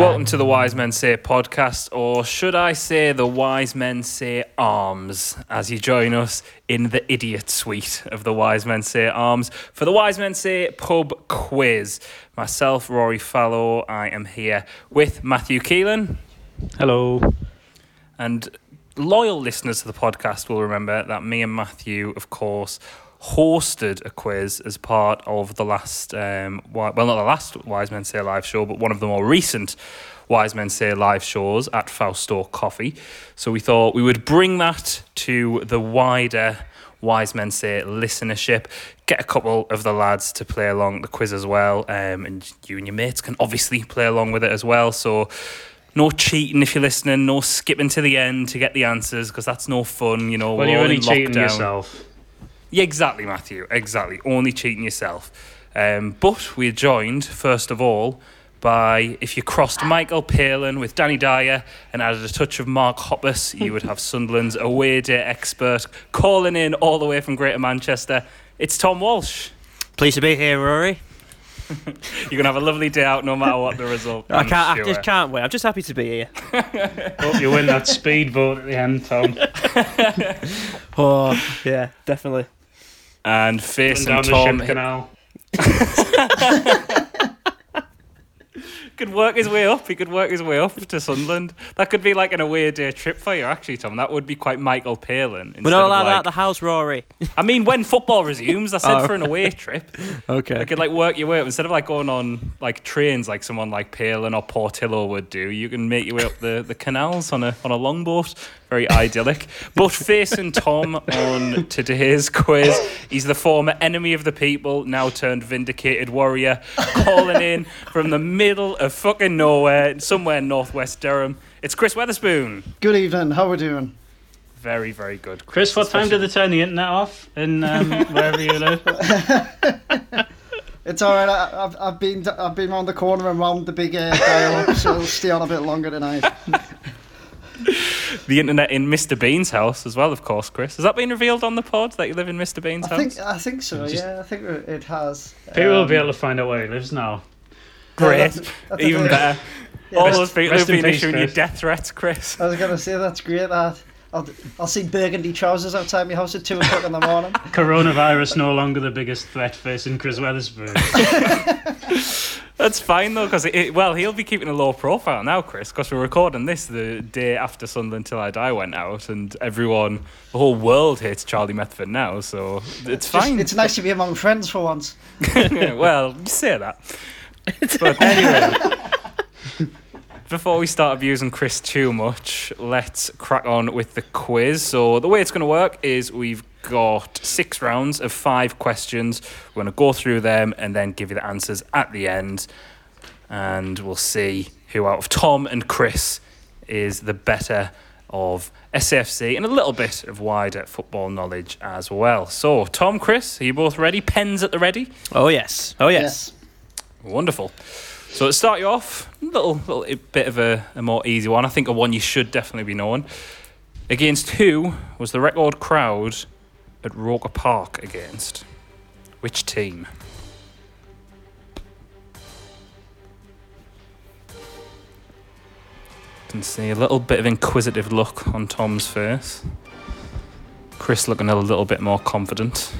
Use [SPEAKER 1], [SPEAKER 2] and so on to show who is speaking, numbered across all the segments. [SPEAKER 1] Welcome to the Wise Men Say podcast, or should I say the Wise Men Say Arms, as you join us in the idiot suite of the Wise Men Say Arms for the Wise Men Say pub quiz. Myself, Rory Fallow, I am here with Matthew Keelan.
[SPEAKER 2] Hello.
[SPEAKER 1] And loyal listeners to the podcast will remember that me and Matthew, of course, hosted a quiz as part of the last, um, wi- well, not the last Wise Men Say Live show, but one of the more recent Wise Men Say Live shows at Fausto Coffee. So we thought we would bring that to the wider Wise Men Say listenership. Get a couple of the lads to play along the quiz as well, um, and you and your mates can obviously play along with it as well. So no cheating if you're listening, no skipping to the end to get the answers because that's no fun. You know,
[SPEAKER 2] Well,
[SPEAKER 1] we're
[SPEAKER 2] you're
[SPEAKER 1] all
[SPEAKER 2] only
[SPEAKER 1] in
[SPEAKER 2] cheating
[SPEAKER 1] lockdown.
[SPEAKER 2] yourself.
[SPEAKER 1] Yeah, exactly, Matthew. Exactly. Only cheating yourself. Um, but we're joined, first of all, by if you crossed Michael Palin with Danny Dyer and added a touch of Mark Hoppus, you would have Sunderland's away day expert calling in all the way from Greater Manchester. It's Tom Walsh.
[SPEAKER 3] Pleased to be here, Rory.
[SPEAKER 1] You're going to have a lovely day out no matter what the result.
[SPEAKER 3] I
[SPEAKER 1] I'm
[SPEAKER 3] can't. I
[SPEAKER 1] sure.
[SPEAKER 3] just can't wait. I'm just happy to be here.
[SPEAKER 2] Hope you win that speed vote at the end, Tom.
[SPEAKER 3] Oh, yeah, definitely.
[SPEAKER 1] And
[SPEAKER 2] Run
[SPEAKER 1] facing
[SPEAKER 2] down the
[SPEAKER 1] Tom.
[SPEAKER 2] ship canal.
[SPEAKER 1] He could work his way up. He could work his way up to Sunderland. That could be like an away day trip for you, actually, Tom. That would be quite Michael Palin.
[SPEAKER 3] We're not allowed out the house, Rory.
[SPEAKER 1] I mean, when football resumes, I said
[SPEAKER 3] Oh.
[SPEAKER 1] for an away trip,
[SPEAKER 3] Okay.
[SPEAKER 1] I could like work your way up instead of like going on like trains like someone like Palin or Portillo would do. You can make your way up the, the canals on a on a longboat, very idyllic. But facing Tom on today's quiz, he's the former enemy of the people, now turned vindicated warrior, calling in from the middle of fucking nowhere, somewhere in northwest Durham. It's Chris Weatherspoon.
[SPEAKER 4] Good evening. How we doing?
[SPEAKER 1] Very very good.
[SPEAKER 2] Chris, what time did they turn the internet off in um, wherever you live?
[SPEAKER 4] It's all right. I, I've, I've been I've been round the corner and round the big uh, dial, so it'll stay on a bit longer tonight.
[SPEAKER 1] The internet in Mr Bean's house as well, of course. Chris, has that been revealed on the pod that you live in Mr Bean's
[SPEAKER 4] I
[SPEAKER 1] house?
[SPEAKER 4] think I think so. Yeah, I think it has.
[SPEAKER 2] People will be
[SPEAKER 4] Um,
[SPEAKER 2] able to find out where he lives now.
[SPEAKER 1] Great.
[SPEAKER 4] that's- that's
[SPEAKER 1] Even
[SPEAKER 4] okay.
[SPEAKER 1] better. All
[SPEAKER 2] Rest-
[SPEAKER 1] those people
[SPEAKER 2] rest
[SPEAKER 1] who've been
[SPEAKER 2] in peace,
[SPEAKER 1] issuing you
[SPEAKER 2] Chris.
[SPEAKER 1] death threats, Chris.
[SPEAKER 4] I was gonna say that's great. That I'll, I'll see burgundy trousers outside my house at two o'clock in the morning.
[SPEAKER 2] Coronavirus no longer the biggest threat facing Chris Weatherspoon.
[SPEAKER 1] That's fine though, because well, he'll be keeping a low profile now, Chris, because we're recording this the day after Sunderland Till I Die went out, and everyone, the whole world hates Charlie Methford now, so it's
[SPEAKER 4] Just-
[SPEAKER 1] fine.
[SPEAKER 4] it's nice to be among friends for once.
[SPEAKER 1] well, you say that. But anyway, before we start abusing Chris too much, let's crack on with the quiz. So, the way it's going to work is we've got six rounds of five questions. We're going to go through them and then give you the answers at the end. And we'll see who out of Tom and Chris is the better of SFC and a little bit of wider football knowledge as well. So, Tom, Chris, are you both ready? Pens at the ready?
[SPEAKER 3] Oh yes. Oh yes.
[SPEAKER 1] Wonderful. So to start you off, a little, little i- bit of a, a more easy one. I think a one you should definitely be knowing. Against who was the record crowd at Roker Park against? Which team? Can see a little bit of inquisitive look on Tom's face. Chris looking a little bit more confident.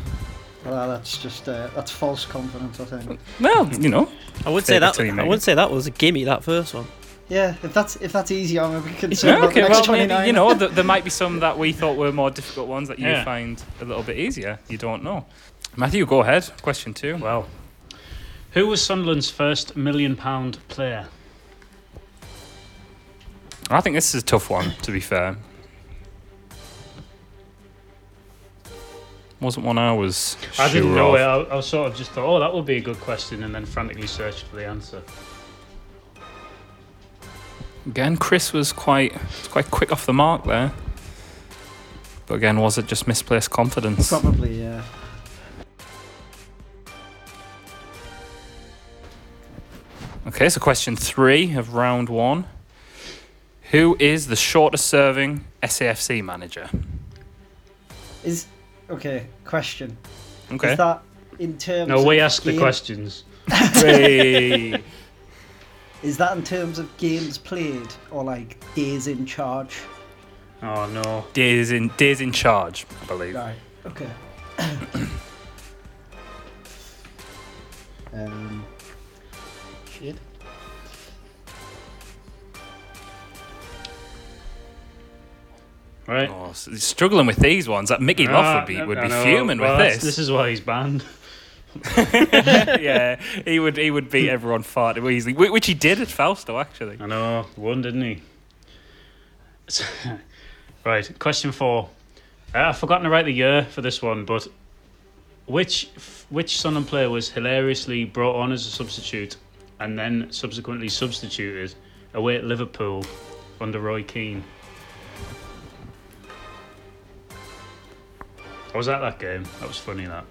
[SPEAKER 4] Well, that's just uh, that's false confidence, I think.
[SPEAKER 1] Well, you know,
[SPEAKER 3] I would say
[SPEAKER 1] Favourite
[SPEAKER 3] that.
[SPEAKER 1] team,
[SPEAKER 3] I
[SPEAKER 1] eh?
[SPEAKER 3] would say that was a gimme. That first one.
[SPEAKER 4] Yeah, if that's if that's easy, I'm gonna be concerned
[SPEAKER 1] Yeah,
[SPEAKER 4] about
[SPEAKER 1] okay,
[SPEAKER 4] the next
[SPEAKER 1] well,
[SPEAKER 4] twenty
[SPEAKER 1] maybe,
[SPEAKER 4] nine.
[SPEAKER 1] you know, th- there might be some that we thought were more difficult ones that you
[SPEAKER 2] Yeah.
[SPEAKER 1] find a little bit easier. You don't know. Matthew, go ahead. Question two.
[SPEAKER 2] well, who was Sunderland's first million pound player?
[SPEAKER 1] I think this is a tough one, to be fair. Wasn't one I was.
[SPEAKER 2] I didn't
[SPEAKER 1] sure
[SPEAKER 2] know
[SPEAKER 1] of.
[SPEAKER 2] it. I, I sort of just thought, oh, that would be a good question, and then frantically searched for the answer.
[SPEAKER 1] Again, Chris was quite was quite quick off the mark there. But again, was it just misplaced confidence?
[SPEAKER 4] Probably, yeah.
[SPEAKER 1] Okay, so question three of round one. Who is the shortest serving SAFC manager?
[SPEAKER 4] Is okay. Question.
[SPEAKER 1] Okay.
[SPEAKER 4] Is that in terms?
[SPEAKER 2] No, we
[SPEAKER 4] of
[SPEAKER 2] ask the
[SPEAKER 4] game-
[SPEAKER 2] questions.
[SPEAKER 1] Hey.
[SPEAKER 4] Is that in terms of games played or like days in charge?
[SPEAKER 2] Oh no.
[SPEAKER 1] Days in days in charge, I believe.
[SPEAKER 4] Right. Okay. um. Shit.
[SPEAKER 2] Right.
[SPEAKER 1] Oh, s- he's struggling with these ones. That Mickey Loff would be
[SPEAKER 2] Ah,
[SPEAKER 1] would
[SPEAKER 2] I
[SPEAKER 1] be
[SPEAKER 2] know.
[SPEAKER 1] fuming
[SPEAKER 2] Well,
[SPEAKER 1] with
[SPEAKER 2] that's-
[SPEAKER 1] this.
[SPEAKER 2] This is why he's banned.
[SPEAKER 1] yeah, he would he would beat everyone far too easily, whi- which he did at Fausto actually.
[SPEAKER 2] I know, won, didn't he? right, question four. Uh, I've forgotten to write the year for this one, but which which Sunderland player was hilariously brought on as a substitute and then subsequently substituted away at Liverpool under Roy Keane? I was at that game. That was funny. That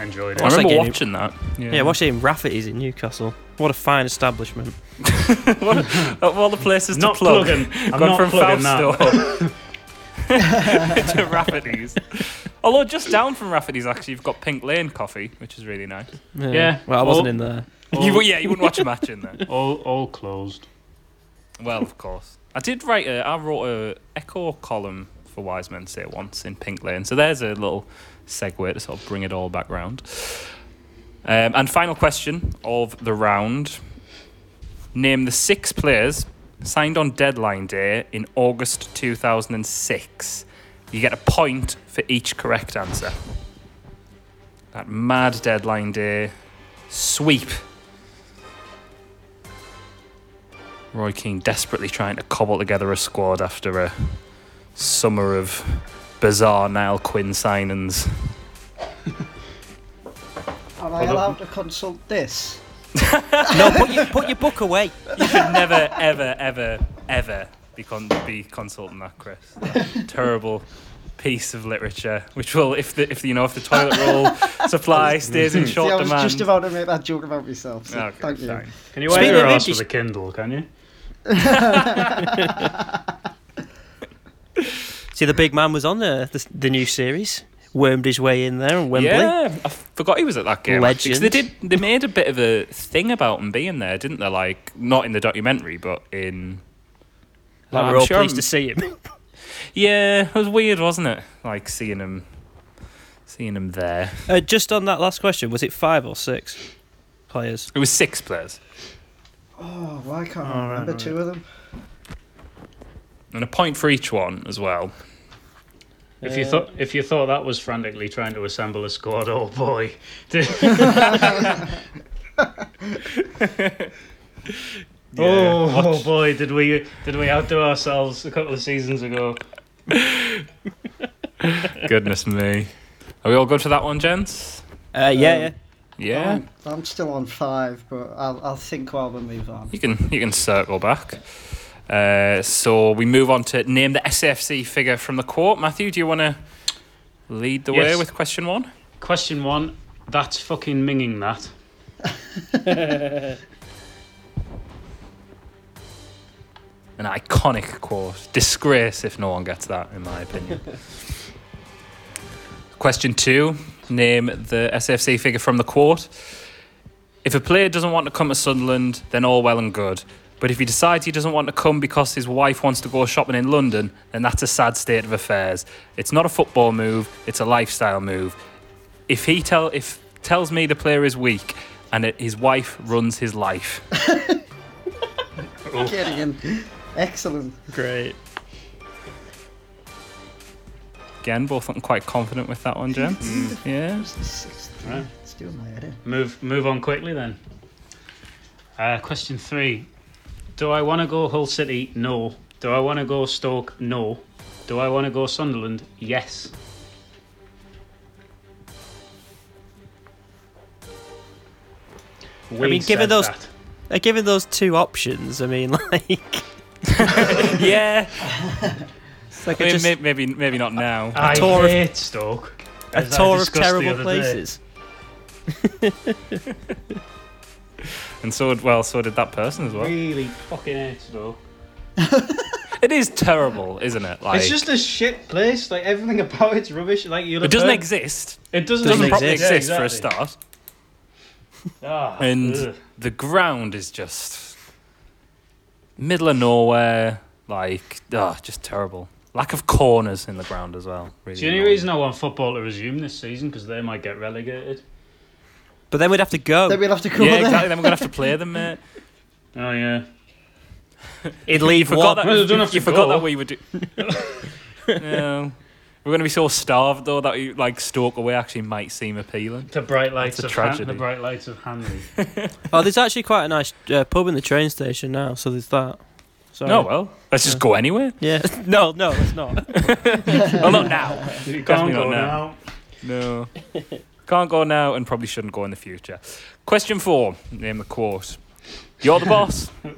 [SPEAKER 2] enjoyed it.
[SPEAKER 1] I
[SPEAKER 3] What's that
[SPEAKER 1] remember
[SPEAKER 3] game?
[SPEAKER 1] watching that.
[SPEAKER 3] Yeah, what's him? Rafferty's in Newcastle. What a fine establishment.
[SPEAKER 1] What- of all the places
[SPEAKER 2] Not
[SPEAKER 1] to plug,
[SPEAKER 2] plugging. I'm
[SPEAKER 1] gone
[SPEAKER 2] not
[SPEAKER 1] from
[SPEAKER 2] plugging
[SPEAKER 1] Fausto to Rafferty's. Although just down from Rafferty's, actually, you've got Pink Lane Coffee, which is really nice.
[SPEAKER 2] Yeah.
[SPEAKER 3] Well, I wasn't
[SPEAKER 2] Oh.
[SPEAKER 3] in there.
[SPEAKER 1] You,
[SPEAKER 2] All,
[SPEAKER 1] wou- yeah, you wouldn't watch a match in there.
[SPEAKER 2] all, all closed.
[SPEAKER 1] Well, of course. I did write a, I wrote a echo column for Wise Men Say once in Pink Lane. So there's a little segue to sort of bring it all back round. Um, and final question of the round. Name the six players signed on deadline day in August 2006. You get a point for each correct answer. That mad deadline day sweep Roy Keane desperately trying to cobble together a squad after a summer of bizarre Niall Quinn signings.
[SPEAKER 4] Am I
[SPEAKER 2] Hold on.
[SPEAKER 4] allowed to consult this?
[SPEAKER 3] no, put your, put your book away.
[SPEAKER 1] You should never, ever, ever, ever be, con- be consulting that, Chris. That terrible piece of literature, which will, if the if the, you know, if the toilet roll supply stays in short
[SPEAKER 4] See, I was
[SPEAKER 1] demand.
[SPEAKER 4] just about to make that joke about myself. So
[SPEAKER 1] Okay,
[SPEAKER 4] thank you.
[SPEAKER 1] fine.
[SPEAKER 2] Can you
[SPEAKER 3] Speaking
[SPEAKER 2] wear your
[SPEAKER 3] of
[SPEAKER 2] ass
[SPEAKER 3] empty-
[SPEAKER 2] with a Kindle? Can you?
[SPEAKER 3] See, the big man was on the, the, the new series. Wormed his way in there and Wembley.
[SPEAKER 1] Yeah, I forgot he was at that game. actually, 'cause
[SPEAKER 3] Legend.
[SPEAKER 1] they did. They made a bit of a thing about him being there, didn't they? Like not in the documentary, but in.
[SPEAKER 3] Like,
[SPEAKER 1] I'm
[SPEAKER 3] we're all
[SPEAKER 1] sure
[SPEAKER 3] pleased
[SPEAKER 1] I'm-
[SPEAKER 3] to see him.
[SPEAKER 1] Yeah, it was weird, wasn't it? Like seeing him, seeing him there.
[SPEAKER 3] Uh, just on that last question, was it five or six players?
[SPEAKER 1] It was six players
[SPEAKER 4] Oh, why can't
[SPEAKER 2] All
[SPEAKER 4] I
[SPEAKER 2] right,
[SPEAKER 4] remember
[SPEAKER 2] all
[SPEAKER 4] two of them?
[SPEAKER 1] and a point for each one as well.
[SPEAKER 2] If you
[SPEAKER 3] Uh,
[SPEAKER 2] thought if you thought that was frantically trying to assemble a squad, oh boy! oh, oh boy! Did we did we outdo ourselves a couple of seasons ago?
[SPEAKER 1] Goodness me. Are we all good for that one, gents?
[SPEAKER 3] Uh, yeah, yeah.
[SPEAKER 1] Yeah.
[SPEAKER 4] Oh, I'm still on five, but I'll, I'll think while we move on.
[SPEAKER 1] You can you can circle back. Uh, so we move on to name the SAFC figure from the court. Matthew, do you want to lead the way
[SPEAKER 2] Yes.
[SPEAKER 1] with question one?
[SPEAKER 2] Question one. That's fucking minging that.
[SPEAKER 1] An iconic quote. Disgrace if no one gets that, in my opinion. Question two Name the SFC figure from the court. If a player doesn't want to come to Sunderland, then all well and good. But if he decides he doesn't want to come because his wife wants to go shopping in London, then that's a sad state of affairs. It's not a football move, it's a lifestyle move. If he tell if tells me the player is weak and it, his wife runs his life.
[SPEAKER 4] Kerrigan. Excellent.
[SPEAKER 3] Great.
[SPEAKER 1] Again, both looking quite confident with that one, Jim.
[SPEAKER 2] Mm.
[SPEAKER 1] Yeah.
[SPEAKER 4] It's the sixth.
[SPEAKER 2] Right.
[SPEAKER 4] It's doing my head in.
[SPEAKER 2] Move move on quickly then. Uh, question three. Do I want to go Hull City? No. Do I want to go Stoke? No. Do I want to go Sunderland? Yes. We
[SPEAKER 3] mean, given
[SPEAKER 2] said
[SPEAKER 3] those-
[SPEAKER 2] that.
[SPEAKER 3] Uh, given those two options, I mean, like,
[SPEAKER 1] yeah.
[SPEAKER 3] it's like
[SPEAKER 1] I
[SPEAKER 3] a,
[SPEAKER 1] mean,
[SPEAKER 3] just,
[SPEAKER 1] may- maybe maybe not now.
[SPEAKER 2] I
[SPEAKER 3] tour of-
[SPEAKER 2] hate Stoke.
[SPEAKER 3] a
[SPEAKER 2] as I
[SPEAKER 3] tour of
[SPEAKER 2] discussed the
[SPEAKER 3] terrible
[SPEAKER 2] other day.
[SPEAKER 3] places.
[SPEAKER 1] and so well, so did that person as well.
[SPEAKER 2] Really fucking hate Stoke.
[SPEAKER 1] It is terrible, isn't it? Like
[SPEAKER 2] it's just a shit place. Like everything about it's rubbish. Like you.
[SPEAKER 1] it doesn't exist.
[SPEAKER 2] It
[SPEAKER 1] It
[SPEAKER 2] doesn't,
[SPEAKER 1] doesn't
[SPEAKER 3] Doesn't
[SPEAKER 1] properly
[SPEAKER 3] exist.
[SPEAKER 1] exist
[SPEAKER 2] Yeah,
[SPEAKER 1] for a
[SPEAKER 2] exactly.
[SPEAKER 1] start.
[SPEAKER 2] Ah,
[SPEAKER 1] And
[SPEAKER 2] ugh.
[SPEAKER 1] the ground is just middle of nowhere, like ah, just terrible. Lack of corners in the ground as well. Really
[SPEAKER 2] It's the only
[SPEAKER 1] annoying.
[SPEAKER 2] reason I want football to resume this season because they might get relegated.
[SPEAKER 3] But then we'd have to
[SPEAKER 4] Then
[SPEAKER 3] go.
[SPEAKER 4] we'll have to cover
[SPEAKER 1] Yeah,
[SPEAKER 4] them.
[SPEAKER 1] exactly. Then we're gonna have to play them, mate.
[SPEAKER 2] Oh yeah,
[SPEAKER 3] It'd leave
[SPEAKER 1] forgot that.
[SPEAKER 3] one.
[SPEAKER 2] Well, they
[SPEAKER 1] You,
[SPEAKER 2] don't have to
[SPEAKER 1] forgot
[SPEAKER 2] go.
[SPEAKER 1] that we were. Do- no. We're going to be so starved though that we, like Stalk away actually might seem appealing.
[SPEAKER 2] the bright lights
[SPEAKER 1] That's a
[SPEAKER 2] of Han- the
[SPEAKER 1] tragedy.
[SPEAKER 2] bright lights of Hanley.
[SPEAKER 3] Oh, there's actually quite a nice uh, pub in the train station now, so there's that. So,
[SPEAKER 1] No, well, let's just
[SPEAKER 3] Yeah.
[SPEAKER 1] go anyway.
[SPEAKER 3] Yeah. no, no, it's not.
[SPEAKER 1] well, not now.
[SPEAKER 2] you can't
[SPEAKER 1] Definitely
[SPEAKER 2] go
[SPEAKER 1] not now.
[SPEAKER 2] now.
[SPEAKER 1] No. Can't go now and probably shouldn't go in the future. Question four. Name the quote. You're the boss.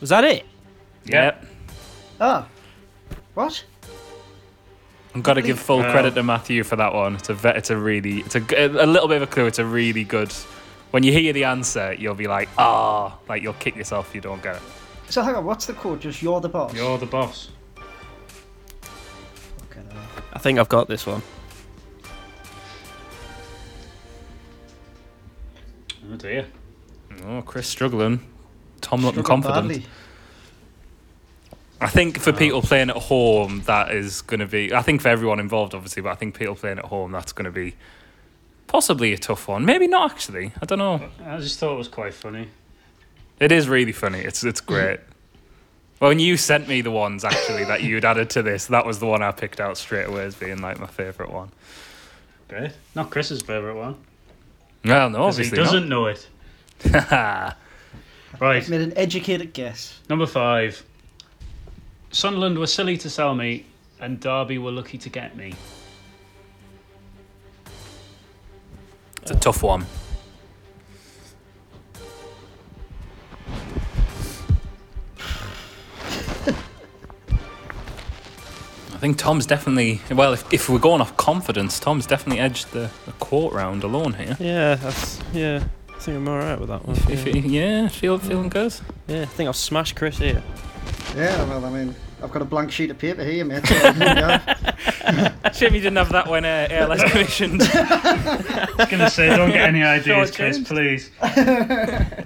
[SPEAKER 3] Was that it?
[SPEAKER 1] yep.
[SPEAKER 4] Ah. What?
[SPEAKER 1] I've got to give full
[SPEAKER 2] Well.
[SPEAKER 1] credit to Matthew for that one. It's a ve- it's a really it's a, g- a little bit of a clue. It's a really good. When you hear the answer, you'll be like ah, like you'll kick yourself if you don't get it.
[SPEAKER 4] So hang on, what's the quote? Just you're the boss.
[SPEAKER 2] You're the boss.
[SPEAKER 4] Fucking hell.
[SPEAKER 3] I think I've got this one.
[SPEAKER 2] Oh dear.
[SPEAKER 1] Oh, Chris struggling. Tom looking
[SPEAKER 4] Struggled
[SPEAKER 1] confident. Oh.
[SPEAKER 4] badly.
[SPEAKER 1] I think for people playing at home, that is going to be. I think for everyone involved, obviously, but I think people playing at home, that's going to be possibly a tough one. Maybe not actually. I don't know.
[SPEAKER 2] I just thought it was quite funny.
[SPEAKER 1] It is really funny. It's it's great. well, when you sent me the ones actually that you'd added to this, that was the one I picked out straight away as being like my favourite one.
[SPEAKER 2] Great. Not Chris's favourite one.
[SPEAKER 1] Well, no,
[SPEAKER 2] 'cause he
[SPEAKER 1] obviously
[SPEAKER 2] doesn't know it.
[SPEAKER 1] not.
[SPEAKER 2] Right.
[SPEAKER 4] Made an educated guess.
[SPEAKER 2] Number five. Sunderland were silly to sell me, and Derby were lucky to get me.
[SPEAKER 1] it's a tough one. I think Tom's definitely well. If, if we're going off confidence, Tom's definitely edged the, the court round alone here.
[SPEAKER 3] Yeah, that's yeah. I think I'm all right with that one.
[SPEAKER 1] If
[SPEAKER 3] yeah.
[SPEAKER 1] he, yeah, feel, feeling good.
[SPEAKER 3] Yeah, I think I'll smash Chris here.
[SPEAKER 4] Yeah, well, I mean, I've got a blank sheet of paper here, mate. So I yeah.
[SPEAKER 1] Shame you didn't have that when uh, ALS commissioned.
[SPEAKER 2] I was gonna say, don't get any ideas,
[SPEAKER 1] it
[SPEAKER 2] Chris,
[SPEAKER 1] changed.
[SPEAKER 2] please.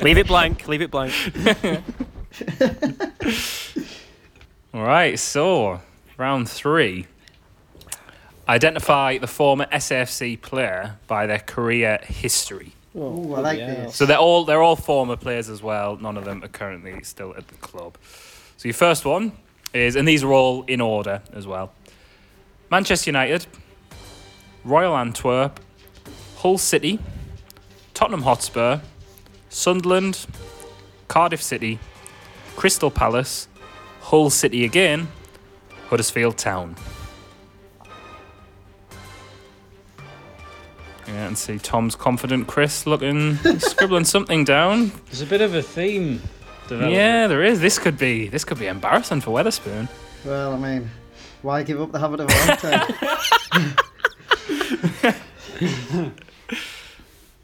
[SPEAKER 3] leave it blank. Leave it blank.
[SPEAKER 1] All right, so round three. Identify the former SFC player by their career history.
[SPEAKER 4] Ooh, I like
[SPEAKER 3] bloody hell.
[SPEAKER 4] this.
[SPEAKER 1] So they're all they're all former players as well. None of them are currently still at the club. So your first one is, and these are all in order as well. Manchester United, Royal Antwerp, Hull City, Tottenham Hotspur, Sunderland, Cardiff City, Crystal Palace, Hull City again, Huddersfield Town. Yeah, and see Tom's confident Chris looking scribbling something down.
[SPEAKER 2] There's a bit of a theme. Developing.
[SPEAKER 1] Yeah, there is. This could be this could be embarrassing for Weatherspoon.
[SPEAKER 4] Well, I mean, why give up the habit of eh? wanting?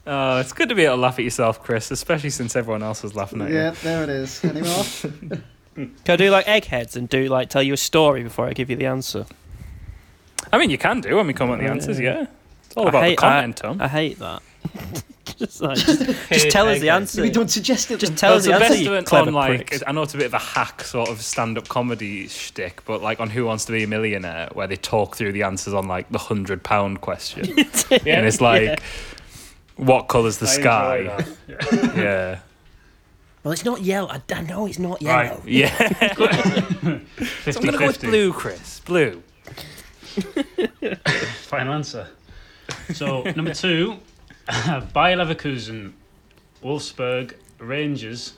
[SPEAKER 1] Oh, it's good to be able to laugh at yourself, Chris, especially since everyone else was laughing at
[SPEAKER 4] yeah, there it is. Any more?
[SPEAKER 3] Can I do like eggheads and do like tell you a story before I give you the answer?
[SPEAKER 1] you. I mean, you can do when we come up with the
[SPEAKER 3] Yeah.
[SPEAKER 1] answers. Yeah, it's all
[SPEAKER 3] I
[SPEAKER 1] about the
[SPEAKER 3] hate-
[SPEAKER 1] content, Tom.
[SPEAKER 3] I hate that. just like, just, just tell us
[SPEAKER 2] Eggheads.
[SPEAKER 3] the answer.
[SPEAKER 4] we don't suggest it.
[SPEAKER 3] Just
[SPEAKER 4] Just
[SPEAKER 3] tell us
[SPEAKER 1] it's
[SPEAKER 3] the
[SPEAKER 1] the
[SPEAKER 3] answer.
[SPEAKER 1] best
[SPEAKER 3] You
[SPEAKER 1] one
[SPEAKER 3] clever
[SPEAKER 1] on like
[SPEAKER 3] pricks.
[SPEAKER 1] I know it's a bit of a hack sort of stand-up comedy shtick, but like on Who Wants to Be a Millionaire, where they talk through the answers on like the hundred pound question, and it's like, what colour's the
[SPEAKER 2] I enjoy
[SPEAKER 1] sky?
[SPEAKER 2] that.
[SPEAKER 1] Yeah,
[SPEAKER 3] Well, it's not yellow. I, I know it's not
[SPEAKER 2] Right.
[SPEAKER 3] yellow.
[SPEAKER 1] yeah. so I'm gonna go with
[SPEAKER 2] 50-50.
[SPEAKER 1] blue, Chris. Blue.
[SPEAKER 2] Final answer. So number two, Bayer Leverkusen, Wolfsburg, Rangers,